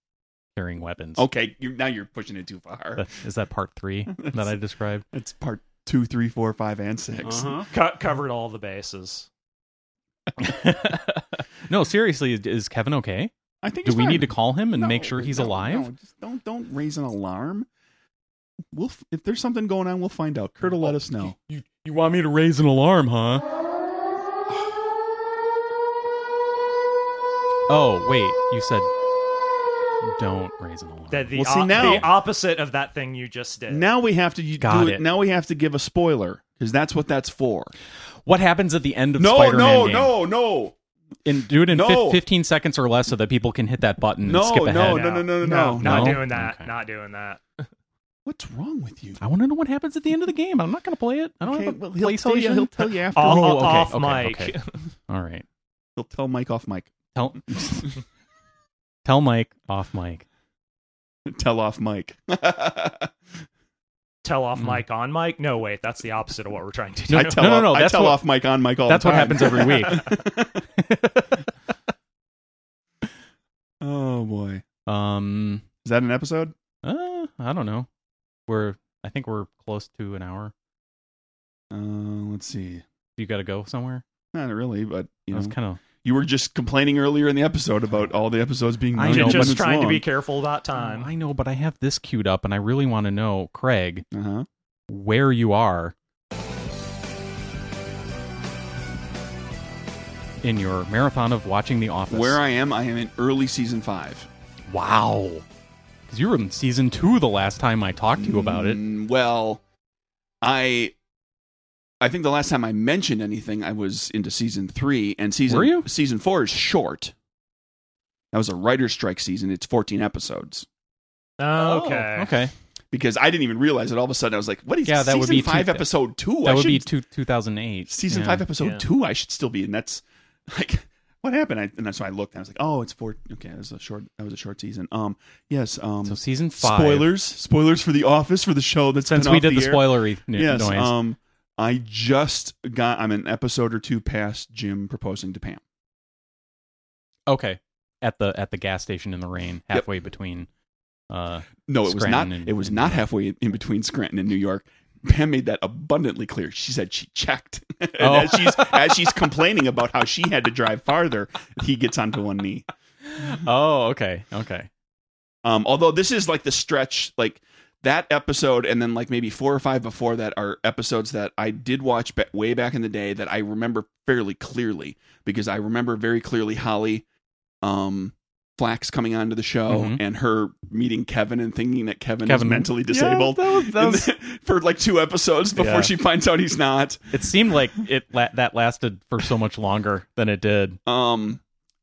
carrying weapons. Okay, you're, now you're pushing it too far. That- Is that part three that I described? It's part two, three, four, five, and 6 Uh-huh. Co- covered all the bases. no, seriously, is, is Kevin okay? I think. Do it's we fine. need to call him and No, make sure he's no, alive? no, just don't don't raise an alarm. We'll f- if there's something going on, we'll find out. Kurt'll let us know. You, you want me to raise an alarm, huh? Oh, wait. You said don't raise an alarm. That the, Well, see, o- now- the opposite of that thing you just did. Now we have to y- Got do it. Now we have to give a spoiler because that's what that's for. what happens at the end of No, Spider-Man no, game? no, no, In, do it in fif- No. 15 seconds or less so that people can hit that button and No, skip ahead. oh, no, no, no, no, no. Not No? doing that. Okay. Not doing that. What's wrong with you? I want to know what happens at the end of the game. I'm not going to play it. I don't Okay, have a well, he'll PlayStation. tell you. He'll tell you after. Off, Oh, okay, off okay, mic. okay. All right. He'll tell Mike off mic. Tell Tell Mike off Mike. Tell off Mike. I Tell off Mm. mic on mic. No, wait. That's the opposite of what we're trying to do. No, I tell no, off, no, I that's tell what- off Mike on Mike all That's the what time. happens every week. oh boy. um Is that an episode? Uh, I don't know. We're I think we're close to an hour. Uh, let's see. You got to go somewhere. Not really, but you I was know, kind of you were just complaining earlier in the episode about all the episodes being. I nine know, Just- but minutes just trying to long. be careful about time. Oh, I know, but I have this queued up, and I really want to know, Craig, Uh-huh. where you are in your marathon of watching The Office. Where I am, I am in early season five. Wow. Because you were in season two the last time I talked to you about it. Mm, Well, I I think the last time I mentioned anything, I was into season three, and season Were you? season four is short. That was a writer's strike season. It's fourteen episodes. Oh, okay. Oh, okay. Because I didn't even realize it. All of a sudden, I was like, "What is Yeah, that season would be two- five, episode two? that I would should be two, 2008. season Yeah. five, episode Yeah. two. I should still be." in. that's like, what happened? I, and that's why I looked. and I was like, "Oh, it's four. Okay, that was a short. That was a short season." Um, yes. Um, So season five. spoilers, spoilers for The Office for the show that's Since been we off did the, the air. spoilery n- yes, noise. Um, I just got. I'm an episode or two past Jim proposing to Pam. Okay. At the at the gas station in the rain, halfway between uh No, it was Scranton not. and- it was and not New York. halfway in between Scranton and New York. Pam made that abundantly clear. She said she checked, and Oh. as she's as she's complaining about how she had to drive farther, he gets onto one knee. Oh, okay. Okay. Um, although this is like the stretch, like that episode, and then like maybe four or five before that are episodes that I did watch ba- way back in the day that I remember fairly clearly because I remember very clearly Holly, um, Flax coming onto the show Mhm. and her meeting Kevin and thinking that Kevin, is Kevin- mentally disabled. Yeah, that was- that And was- then- for like two episodes before Yeah. she finds out he's not. it seemed like it la- that lasted for so much longer than it did. Um,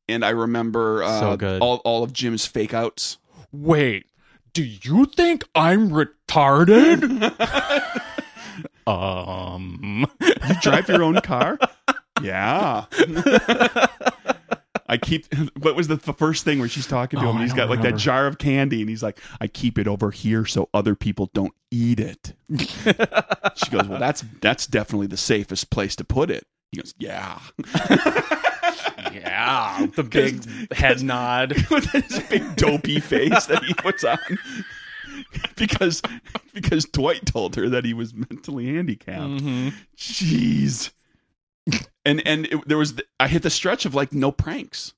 and I remember uh, So good. all all of Jim's fake outs. Wait. Do you think I'm retarded? um You drive your own car? Yeah. I keep. What was the f- first thing where she's talking to Oh, him? I And he's don't got like that remember. jar of candy, and he's like, "I keep it over here so other people don't eat it." she goes, "Well, that's that's definitely the safest place to put it." He goes, "Yeah." Yeah. The big head nod. With his big dopey face that he puts on, because because Dwight told her that he was mentally handicapped. Mhm. Jeez. and and it, there was the, I hit the stretch of like no pranks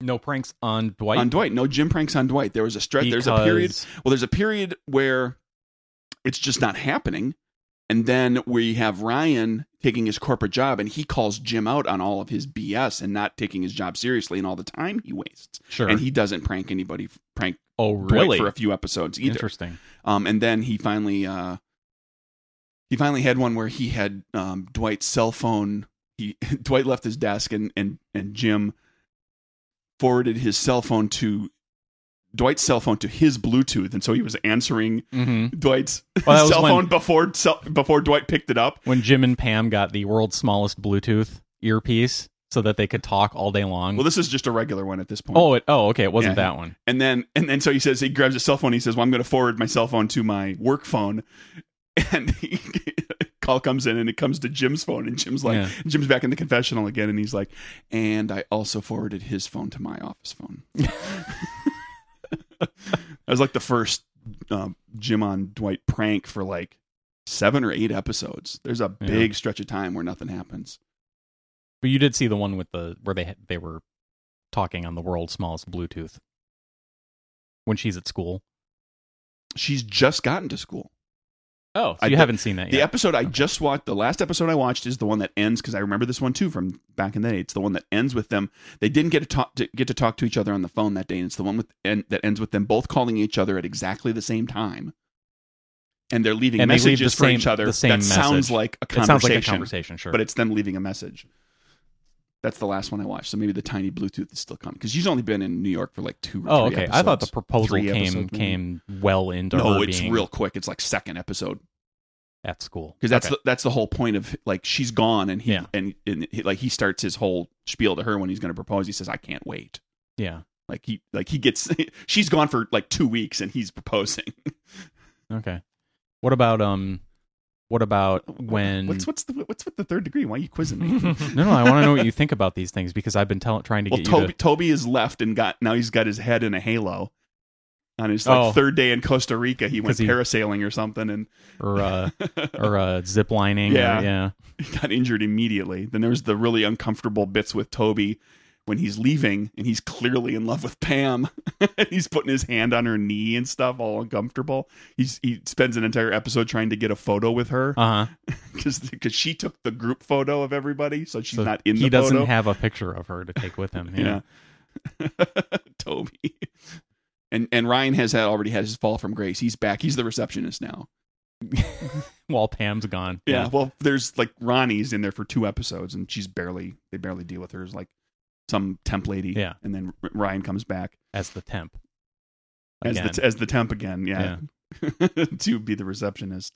No pranks on Dwight. on Dwight, no Jim pranks on Dwight. There was a stretch. There's a because- period. Well, there's a period where it's just not happening, and then we have Ryan taking his corporate job, and he calls Jim out on all of his BS and not taking his job seriously, and all the time he wastes. Sure. And he doesn't prank anybody, prank oh Dwight really? for a few episodes either. Interesting. Um, and then he finally uh, he finally had one where he had um, Dwight's cell phone. He Dwight left his desk and and and Jim forwarded his cell phone to Dwight's cell phone to his Bluetooth, and so he was answering Mm-hmm. Dwight's Well, that was cell when- phone before cell, before Dwight picked it up. When Jim and Pam got the world's smallest Bluetooth earpiece so that they could talk all day long. Well, this is just a regular one at this point. oh, it, oh, okay. It wasn't Yeah. that one. And then and then so he says he grabs his cell phone. He says, "Well, I'm going to forward my cell phone to my work phone," and he, call comes in and it comes to Jim's phone. And Jim's like, Yeah. Jim's back in the confessional again, and he's like, "And I also forwarded his phone to my office phone." that was like the first um, Jim on Dwight prank for like seven or eight episodes. There's a Yeah. big stretch of time where nothing happens. But you did see the one with the where they had- they were talking on the world's smallest Bluetooth when she's at school. She's just gotten to school. Oh, so I you did- haven't seen that The yet. episode I Okay. just watched, the last episode I watched is the one that ends because I remember this one too from back in the day. It's the one that ends with them. They didn't get to talk to get to talk to each other on the phone that day, and it's the one with and that ends with them both calling each other at exactly the same time, and they're leaving And they leave messages the for same- each other. the same that sounds message. like a it conversation, sounds like a conversation, sure. but it's them leaving a message. That's the last one I watched, so maybe the tiny Bluetooth is still coming because she's only been in New York for like two. Or oh, three okay. I thought the episodes. proposal Three came episodes, maybe. came well into No, her it's being real quick. It's like second episode. at school because that's Okay. the, that's the whole point of like she's gone and he Yeah. and, and he, like he starts his whole spiel to her when he's going to propose. He says, "I can't wait." yeah. Like he like he gets she's gone for like two weeks and he's proposing. Okay. What about um? What about when? what's what's the what's with the third degree? Why are you quizzing me? no, no. I want to know what you think about these things because I've been tell- trying to well, get Toby you. To, Toby is left and got now he's got his head in a halo. On his like Oh. third day in Costa Rica, he went 'Cause he- parasailing or something and or uh, or uh, zip lining. Yeah. Or, yeah. he got injured immediately. Then there's the really uncomfortable bits with Toby when he's leaving and he's clearly in love with Pam. he's putting his hand on her knee and stuff, all uncomfortable. He's, he spends an entire episode trying to get a photo with her Uh huh. because she took the group photo of everybody, so she's So not in the he doesn't photo. have a picture of her to take with him. Yeah. yeah, Toby. And and Ryan has had already had his fall from grace. He's back. He's the receptionist now. While Pam's gone. Yeah. Well, there's like Ronnie's in there for two episodes, and she's barely they barely deal with her as like some temp lady. Yeah. And then R- Ryan comes back As the temp. as Again. the as the temp again. Yeah. to be the receptionist.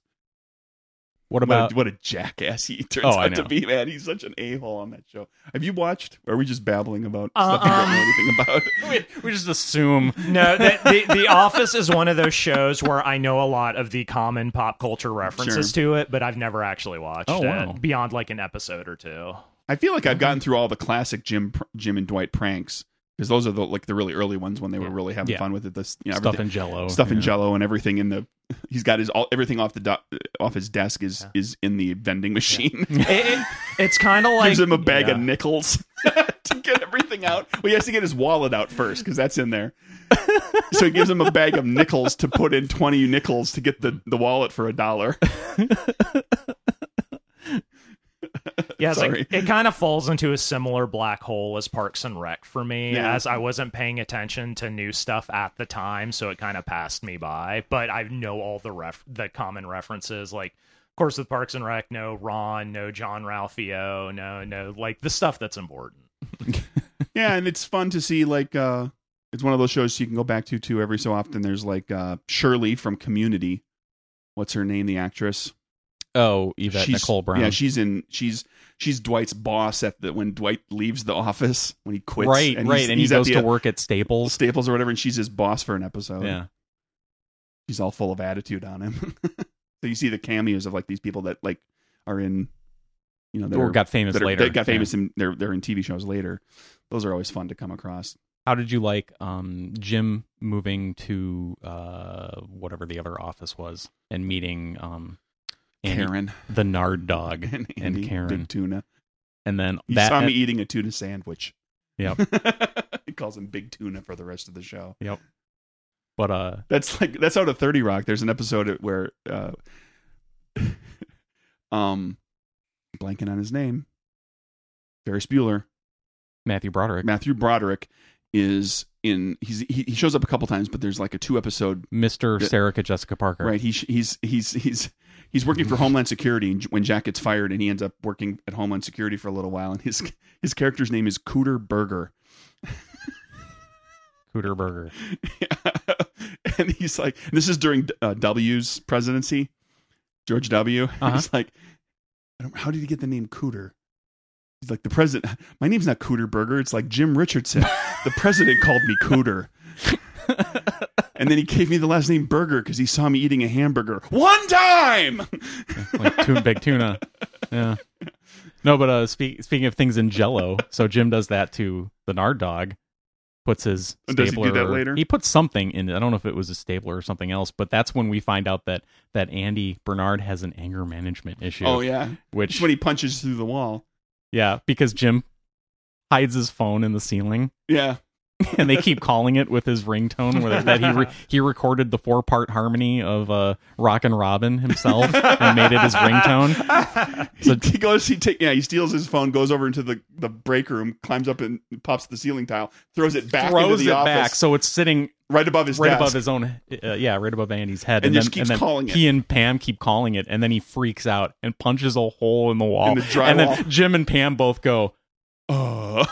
What What, about? a, what a jackass he turns Oh, I out to know. be, man. He's such an a hole on that show. Have you watched? Or are we just babbling about Uh, stuff we don't um, know anything about? we, we just assume. No, the, the, the Office is one of those shows where I know a lot of the common pop culture references to it, but I've never actually watched Oh, wow. it beyond like an episode or two. I feel like I've gotten through all the classic Jim pr- Jim and Dwight pranks because those are the like the really early ones when they were really having Yeah. fun with it. This you know, Stuff everything- in Jello. stuff in yeah. jello and everything in the he's got his all everything off the do- off his desk is is in the vending machine It, it- it's kind of like gives him a bag of Yeah. nickels to get everything out well he has to get his wallet out first because that's in there so he gives him a bag of nickels to put in 20 nickels to get the the wallet for a dollar Yeah, it's like- Sorry. it kind of falls into a similar black hole as Parks and Rec for me, Yeah. as I wasn't paying attention to new stuff at the time, so it kind of passed me by. But I know all the ref the common references, like of course with Parks and Rec, no Ron, no John Ralphio, no no like the stuff that's important. yeah and it's fun to see like uh it's one of those shows you can go back to too every so often there's like uh shirley from community what's her name the actress Oh, Yvette Nicole Brown. Yeah, she's in. She's she's Dwight's boss at the when Dwight leaves the office when he quits. right, right, he's- and he he's at goes the, to uh, work at Staples. Staples or whatever, and she's his boss for an episode. Yeah. she's all full of attitude on him. so you see the cameos of like these people that like are in, you know, that Or are- got famous that are- later. That got Yeah. famous and they're they're in TV shows later. Those are always fun to come across. How did you like um, Jim moving to uh, whatever the other office was and meeting um, Andy- Karen the Nard dog, and, and Andy Karen. Big Tuna. and then You that saw me eating a tuna sandwich. Yep. he calls him Big Tuna for the rest of the show. but uh, That's like that's out of Thirty Rock. There's an episode where, uh, um, blanking on his name, Ferris Bueller, Matthew Broderick. Matthew Broderick is in he's he, he shows up a couple times, but there's like a two episode Mr. Yeah. Serica Jessica Parker. right. He's he's he's he's he's working for Homeland Security and when Jack gets fired, and he ends up working at Homeland Security for a little while. And his his character's name is Cooter Burger. Cooter Burger. and he's like, this is during uh, W's presidency, George W. Uh-huh. He's like, I don't, how did he get the name Cooter? He's like, the president, my name's not Cooter Burger. It's like Jim Richardson. the president called me Cooter. and then he gave me the last name Burger because he saw me eating a hamburger one time. like tuna, big tuna. Yeah. No, but uh, speak, speaking of things in Jello, so Jim does that to the Nard Dog. Puts his And does he do stapler. that later? He puts something in. it. I don't know if it was a stapler or something else, but that's when we find out that that Andy Bernard has an anger management issue. Oh, yeah. which It's when he punches through the wall. yeah, because Jim hides his phone in the ceiling, Yeah. and they keep calling it with his ringtone, where that he re- he recorded the four part harmony of uh, Rock and Robin himself and made it his ringtone. He, he goes, he take, yeah, he steals his phone, goes over into the, the break room, climbs up and pops the ceiling tile, throws it back throws into the it office, back, so it's sitting right above his right desk. above his own, uh, yeah, right above Andy's head, And just keeps then calling it. he and Pam keep calling it, and then he freaks out and punches a hole in the wall, In the drywall. and then Jim and Pam both go Oh.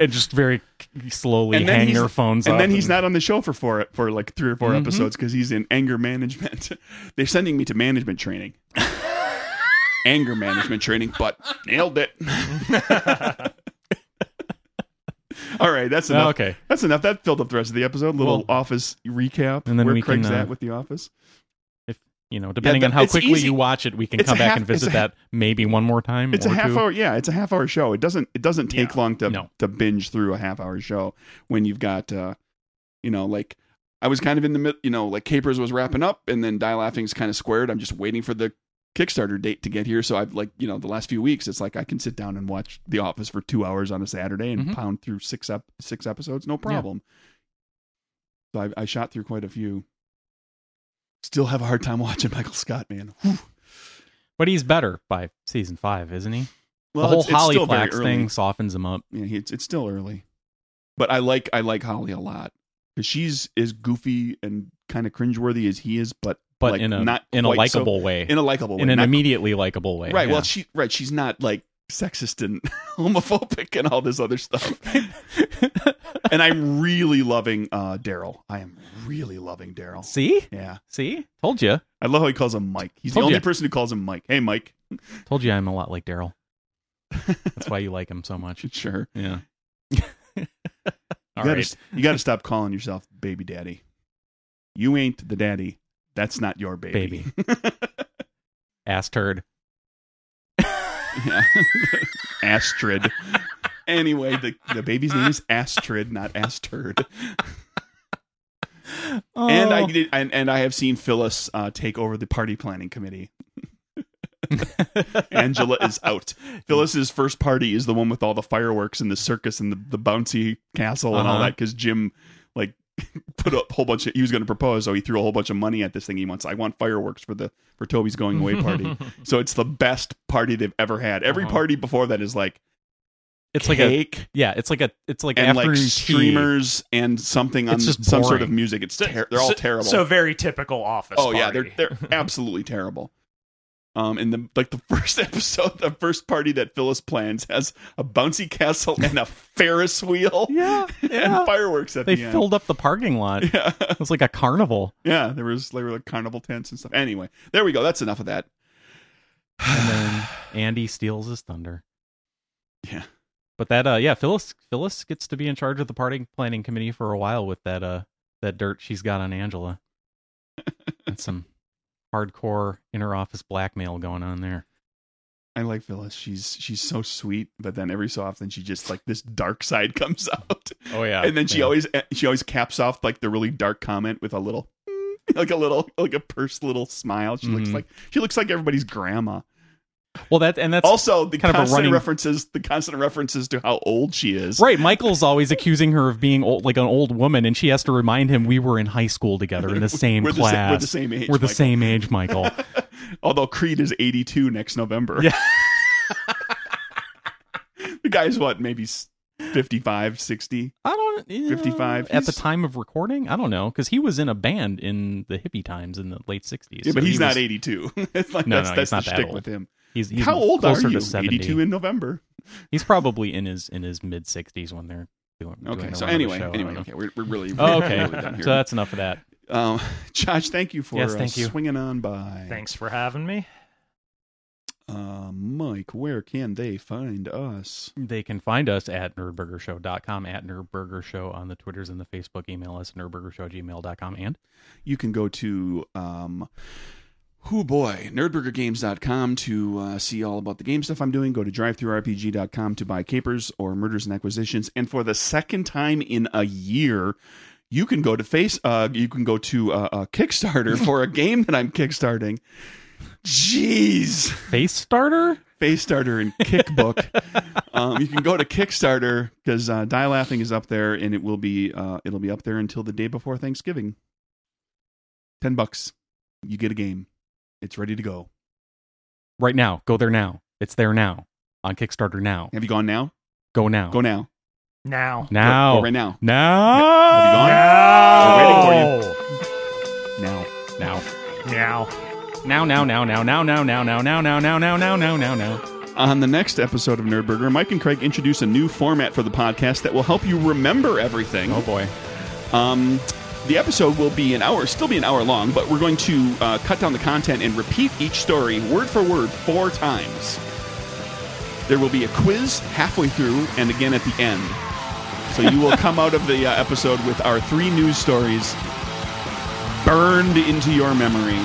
and just very c- slowly And then hang he's- their phones, and up then he's not on the show for four, for like three or 4 Mm-hmm. episodes because he's in anger management. They're sending me to management training. anger management training, but nailed it. All right, that's Oh, enough. okay. That's enough. That filled up the rest of the episode. Little office recap. and then where we Craig's can, uh, at with the office. You know, depending Yeah, on how it's quickly easy. you watch it, we can It's come a back half- and it's visit a- that maybe one more time. It's or a half two. hour. Yeah, it's a half hour show. It doesn't. It doesn't take Hmm, Yeah, long to no. to binge through a half hour show when you've got, uh, you know, like I was kind of in the middle. You know, like Capers was wrapping up, and then Die Laughing's kind of squared. I'm just waiting for the Kickstarter date to get here. So I've like you know the last few weeks, it's like I can sit down and watch The Office for two hours on a Saturday and Mhm. pound through six up six episodes, no problem. So I, I shot through quite a few. Still have a hard time watching Michael Scott, man. Whew. But he's better by season five, isn't he? Well, the whole it's- it's Holly still very Flax early. thing softens him up. yeah, he- it's it's still early, but I like I like Holly a lot because she's as goofy and kind of cringeworthy as he is, but But like, in a not in a quite so- likable way, in, in a likable way, an not- immediately likable way. right. yeah. Well, she right, she's not like sexist and homophobic and all this other stuff. and I'm really loving uh Daryl. I am really loving Daryl. see, Yeah, see, told you, I love how he calls him Mike. He's the Told only ya. person who calls him Mike. Hey, Mike. told you, I'm a lot like Daryl. That's why you like him so much. Sure. Yeah. You All gotta, right. you gotta stop calling yourself baby daddy. You ain't the daddy. That's not your baby. Ass turd. Yeah. Astrid. Anyway, the, the baby's name is Astrid, not Astrid. And Oh. I did, and, and I have seen Phyllis uh, take over the party planning committee. Oh. Angela is out. Phyllis's first party is the one with all the fireworks and the circus and the, the bouncy castle and all Uh-huh. that because Jim like put a whole bunch of he was going to propose so he threw a whole bunch of money at this thing he wants I want fireworks for the for Toby's going away party so it's the best party they've ever had every Uh-huh. party before that is like it's like a cake yeah. It's like a it's like and afternoon like tea. streamers and something on It's just some sort of boring. music. It's ter- they're So- all terrible. So very typical office. oh yeah, they're party. they're absolutely terrible. Um, and the like the first episode, the first party that Phyllis plans has a bouncy castle and a Ferris wheel Yeah, yeah. and fireworks at They the end. filled up the parking lot. It yeah, was like a carnival. yeah. There was there were like carnival tents and stuff. Anyway, there we go. That's enough of that. and then Andy steals his thunder. Yeah. But that uh yeah, Phyllis Phyllis gets to be in charge of the party planning committee for a while with that uh that dirt she's got on Angela. That's some hardcore inner office blackmail going on there. I like Phyllis. She's she's so sweet, but then every so often she just like this dark side comes out. Oh yeah. and then she always eh, she always caps off like the really dark comment with a little like a little like a pursed little smile she looks Mhm. like she looks like everybody's grandma Well that and that's also the kind of a constant running- references the constant references to how old she is Right, Michael's always accusing her of being old, like an old woman, and she has to remind him we were in high school together in the same we're, the sa- class. we're the same age We're the Michael. same age, Michael. although creed is 82 next november Yeah. the guy's what maybe s- 55 60 I don't yeah, 55? at the He's- time of recording. I don't know because he was in a band in the hippie times in the late sixties. Yeah, but he's not Was, 82. it's like No, that's, no, that's he's the not that shtick old. with him. he's, he's How old are closer you? To 70. 82 in November. He's probably in his in his mid sixties when they're doing. Okay. doing So around the anyway, show. I anyway, don't okay, we're, we're really know. Oh, we're okay. really done here. so that's enough of that. um, Josh, thank you for Yes, uh, thank you. swinging on by. Thanks for having me. Uh, Mike, where can they find us? They can find us at nerdburgershow.com, at nerdburgershow on the Twitters and the Facebook. Email us nerdburgershowgmail.com. And You can go to um who boy nerdburgergames.com to uh, see all about the game stuff i'm doing go to drivethroughrpg.com to buy capers or murders and acquisitions and for the second time in a year you can go to face uh, you can go to uh, uh, kickstarter for a game that i'm kickstarting jeez face starter? Starter and Kickbook. um, you can go to Kickstarter because uh, Die Laughing is up there, and it will be uh, it'll be up there until the day before Thanksgiving. Ten bucks, you get a game. It's ready to go. Right now. Go there now. It's there now. On Kickstarter now. Have you gone now? Go now. Go now. Now. Go- now. Go right now. Now. We're Now. Now. Now. Now. Now. Now. Now. Now. Now. Now. Now. Now. Now. Now. Now. Now. Now. Now. Now. On the next episode of Nerdburger, Mike and Craig introduce a new format for the podcast that will help you remember everything. Oh boy. Um, the episode will be an hour, still be an hour long, but we're going to uh, cut down the content and repeat each story word for word four times. There will be a quiz halfway through and again at the end. So you will come out of the uh, episode with our three news stories burned into your memory.